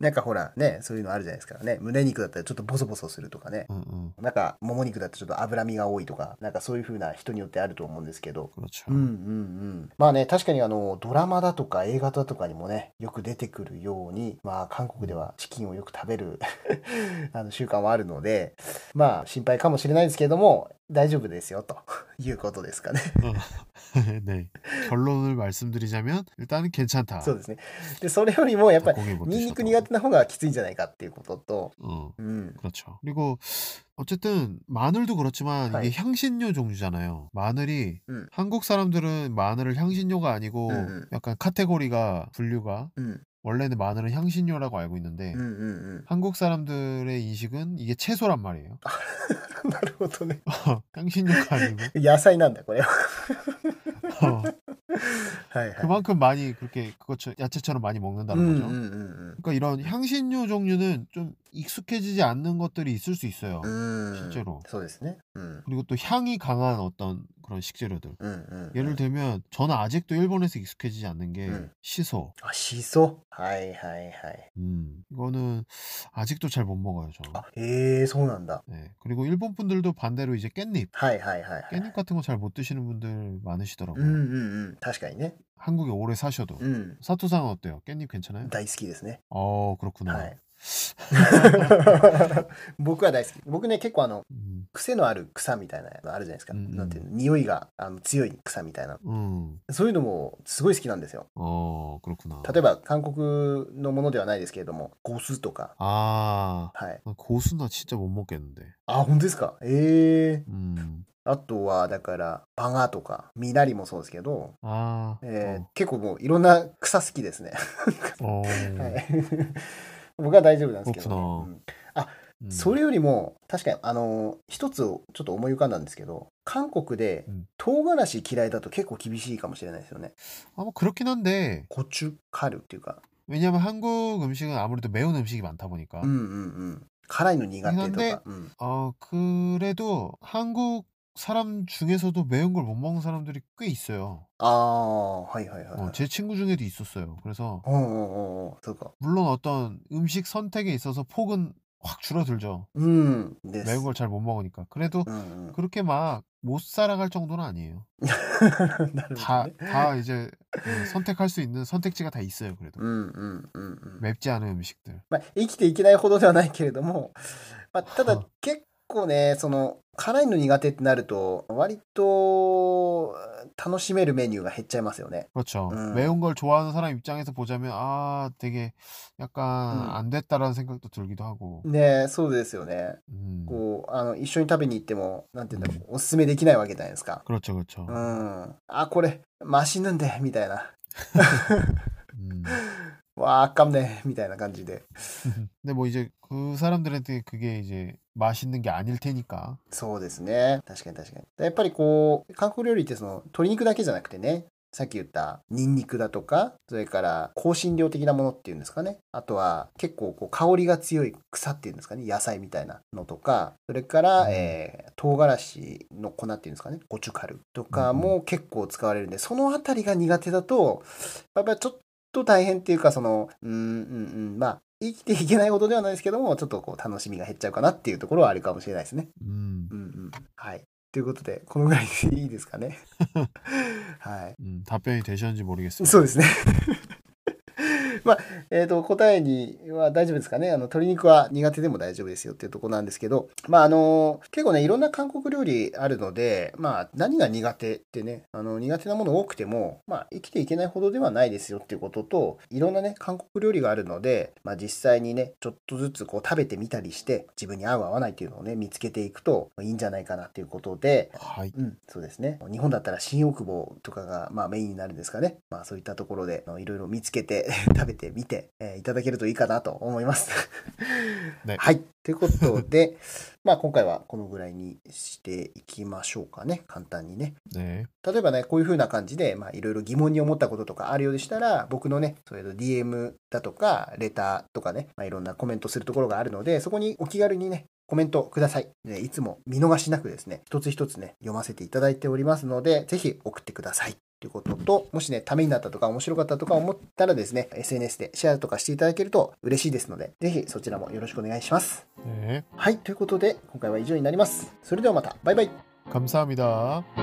なんかほら、ね、そういうのあるじゃないですか。ね、胸肉だったらちょっとボソボソするとかね。 음, 음. なんか、もも肉だとちょっと脂身が多いとか、なんかそういう風な人によってあると思うんですけど。 그렇죠. うんうんうん。まあね、確かにあの、ドラマだとか映画だとかにもね、よく出てくるように、まあ、韓国ではチキンをよく食べる、 あの、習慣はあるので、まあ、心配かもしれないですけれども、大丈夫ですよ、ということですかね。 네. 결론을 말씀드리자면 일단은 괜찮다. そうですね。で、それよりも、やっぱり、 닭고기 못 ニンニ 드셔도. ク苦手な方がきついんじゃないかっていうことと、 어, うん。 그렇죠. 그리고 어쨌든 마늘도 그렇지만 하이. 이게 향신료 종류잖아요. 마늘이 아, 예. 음. 한국 사람들은 마늘을 향신료가 아니고 음, 음. 약간 카테고리가 분류가 うん、 원래는 마늘은 향신료라고 알고 있는데 うん、うん、うん。 한국 사람들의 인식은 이게 채소란 말이에요. なるほどね。 향신료가 어, 아니고 野菜なんだ、これは。 어, はいはい。 그만큼 많이 그렇게 그것 처- 야채처럼 많이 먹는다는 うん、 거죠. うん、うん、 그러니까 이런 향신료 종류는 좀 익숙해지지 않는 것들이 있을 수 있어요. うん。うん。 실제로. そうですね。うん。 그리고 또 향이 강한 어떤 그런 식재료들. うん、うん。 예를 들면 저는 아직도 일본에서 익숙해지지 않는 게 음. 시소. あ、しそはいはいはい。 음, 이거는 아직도 잘 못 먹어요, 저는. あ、へえ、そうなんだ。 네. 그리고 일본 분들도 반대로 이제 깻잎, はいはいはい、はい。 깻잎 같은 거 잘 못 드시는 분들 う 많으시더라고요. んうんうん。確かにね。 한국에 오래 사셔도. うん。 사토상은 어때요? 깻잎 괜찮아요? 大好きですね。 어, 그렇구나. はい。僕は大好き。僕ね、結構あの、 음, 癖のある草みたいなのあるじゃないですか。うんうんなんていうの、匂いがあの強い草みたいな。 음, そういうのもすごい好きなんですよ。 어, 그렇구나. 例えば、韓国のものではないですけれども、ゴスとか。 아, はい。 고수나 진짜 못 먹겠는데. あ、本当ですか。ええ 음, あとは、だから、バガとか、ミナリもそうですけど、 아, えー結構もういろんな草好きですね。 어, 어, はい、 僕は大丈夫なんですけど、う 그렇구나. ん 음, それよりも確かにあの一つをちょっと思い浮かんだんですけど韓国でうん唐辛子嫌いだと結構厳しいかもしれないですよね 아뭐 그렇긴 한데 コチュカルっていうか 왜냐면 한국 음식은 아무래도 매운 음식이 많다 보니까 うんうんうん辛いの苦手と苦か、うん、 어 그래도 한국 사람 중에서도 매운 걸 못 먹는 사람들이 꽤 있어요. ああはいはいはい、はい 어 제 친구 중에도 있었어요. 그래서 おうおうおうおうそうか 물론 어떤 음식 선택에 있어서 폭은 확 줄어들죠. 음.です。 매운 걸 잘 못 먹으니까. 그래도 うんうん。 그렇게 막 못 살아갈 정도는 아니에요. なるほど 다, ね。 다 이제 음, 선택할 수 있는 선택지가 다 있어요. 그래도 うんうんうんうん。 맵지 않은 음식들. まあ、生きていけないほどではないけれども、まあ、たはだあ結構ねその辛いの苦手ってなると割と楽しめるメニューが減っちゃいますよね。 그렇죠. 음. 매운 걸 좋아하는 사람 입장에서 보자면 아 되게 약간 음. 안 됐다라는 생각도 들기도 하고. ねそうですよね。 음. こうあの一緒に食べに行ってもなんて言うんだろうおすすめできないわけじゃないですか。 그렇죠, 그렇죠. 아. うん。あこれマシなんでみたいな。 음. わああかんねみたいな感じで。 근데 뭐 이제 그 사람들한테 그게 이제 맛있는 게 아닐 테니까. そうですね。確かに確かに。やっぱりこう、韓国料理ってその鶏肉だけじゃなくてね、さっき言ったニンニクだとか、それから香辛料的なものっていうんですかね。あとは結構こう香りが強い草っていうんですかね。野菜みたいなのとか、それから、うんえー唐辛子の粉っていうんですかね。ゴチュカルとかも結構使われるんで、そのあたりが苦手だと、やっぱりちょっと大変っていうか、その、うんうんうん、まあ、生きていけないほどではないですけども、ちょっとこう楽しみが減っちゃうかなっていうところはあるかもしれないですね。 음. うんうん、はい。ということで、このぐらいでいいですか ね。は 음, 답변이 되셨는지 い。 모르겠습니다. そうですね。 まあ、えっ、と、答えには大丈夫ですかね。あの、鶏肉は苦手でも大丈夫ですよっていうところなんですけど、まあ、あの、結構ね、いろんな韓国料理あるので、まあ、何が苦手ってね、あの、苦手なもの多くても、まあ、生きていけないほどではないですよっていうことと、いろんなね、韓国料理があるので、まあ、実際にね、ちょっとずつこう食べてみたりして、自分に合う合わないっていうのをね、見つけていくといいんじゃないかなっていうことで、 아, 하이. うん、そうですね。日本だったら新大久保とかが、まあ、メインになるんですかね。まあそういったところであのいろいろ見つけて 食べてみて、えーいただけるといいかなと思います。ねはい。ということで、まあ今回はこのぐらいにしていきましょうかね。簡単にね。 네. 例えばね、こういう風な感じで、まあ、いろいろ疑問に思ったこととかあるようでしたら、僕のね、それと DM だとか、レターとかね、まあ、いろんなコメントするところがあるので、そこにお気軽にね、コメントください。ね、いつも見逃しなくですね、一つ一つね、読ませていただいておりますので、ぜひ送ってください。ということと、もしね、ためになったとか面白かったとか思ったらですね、SNS でシェアとかしていただけると嬉しいですので、ぜひそちらもよろしくお願いします。 네. はい、ということで、今回は以上になります。それではまた、バイバイ。 감사합니다.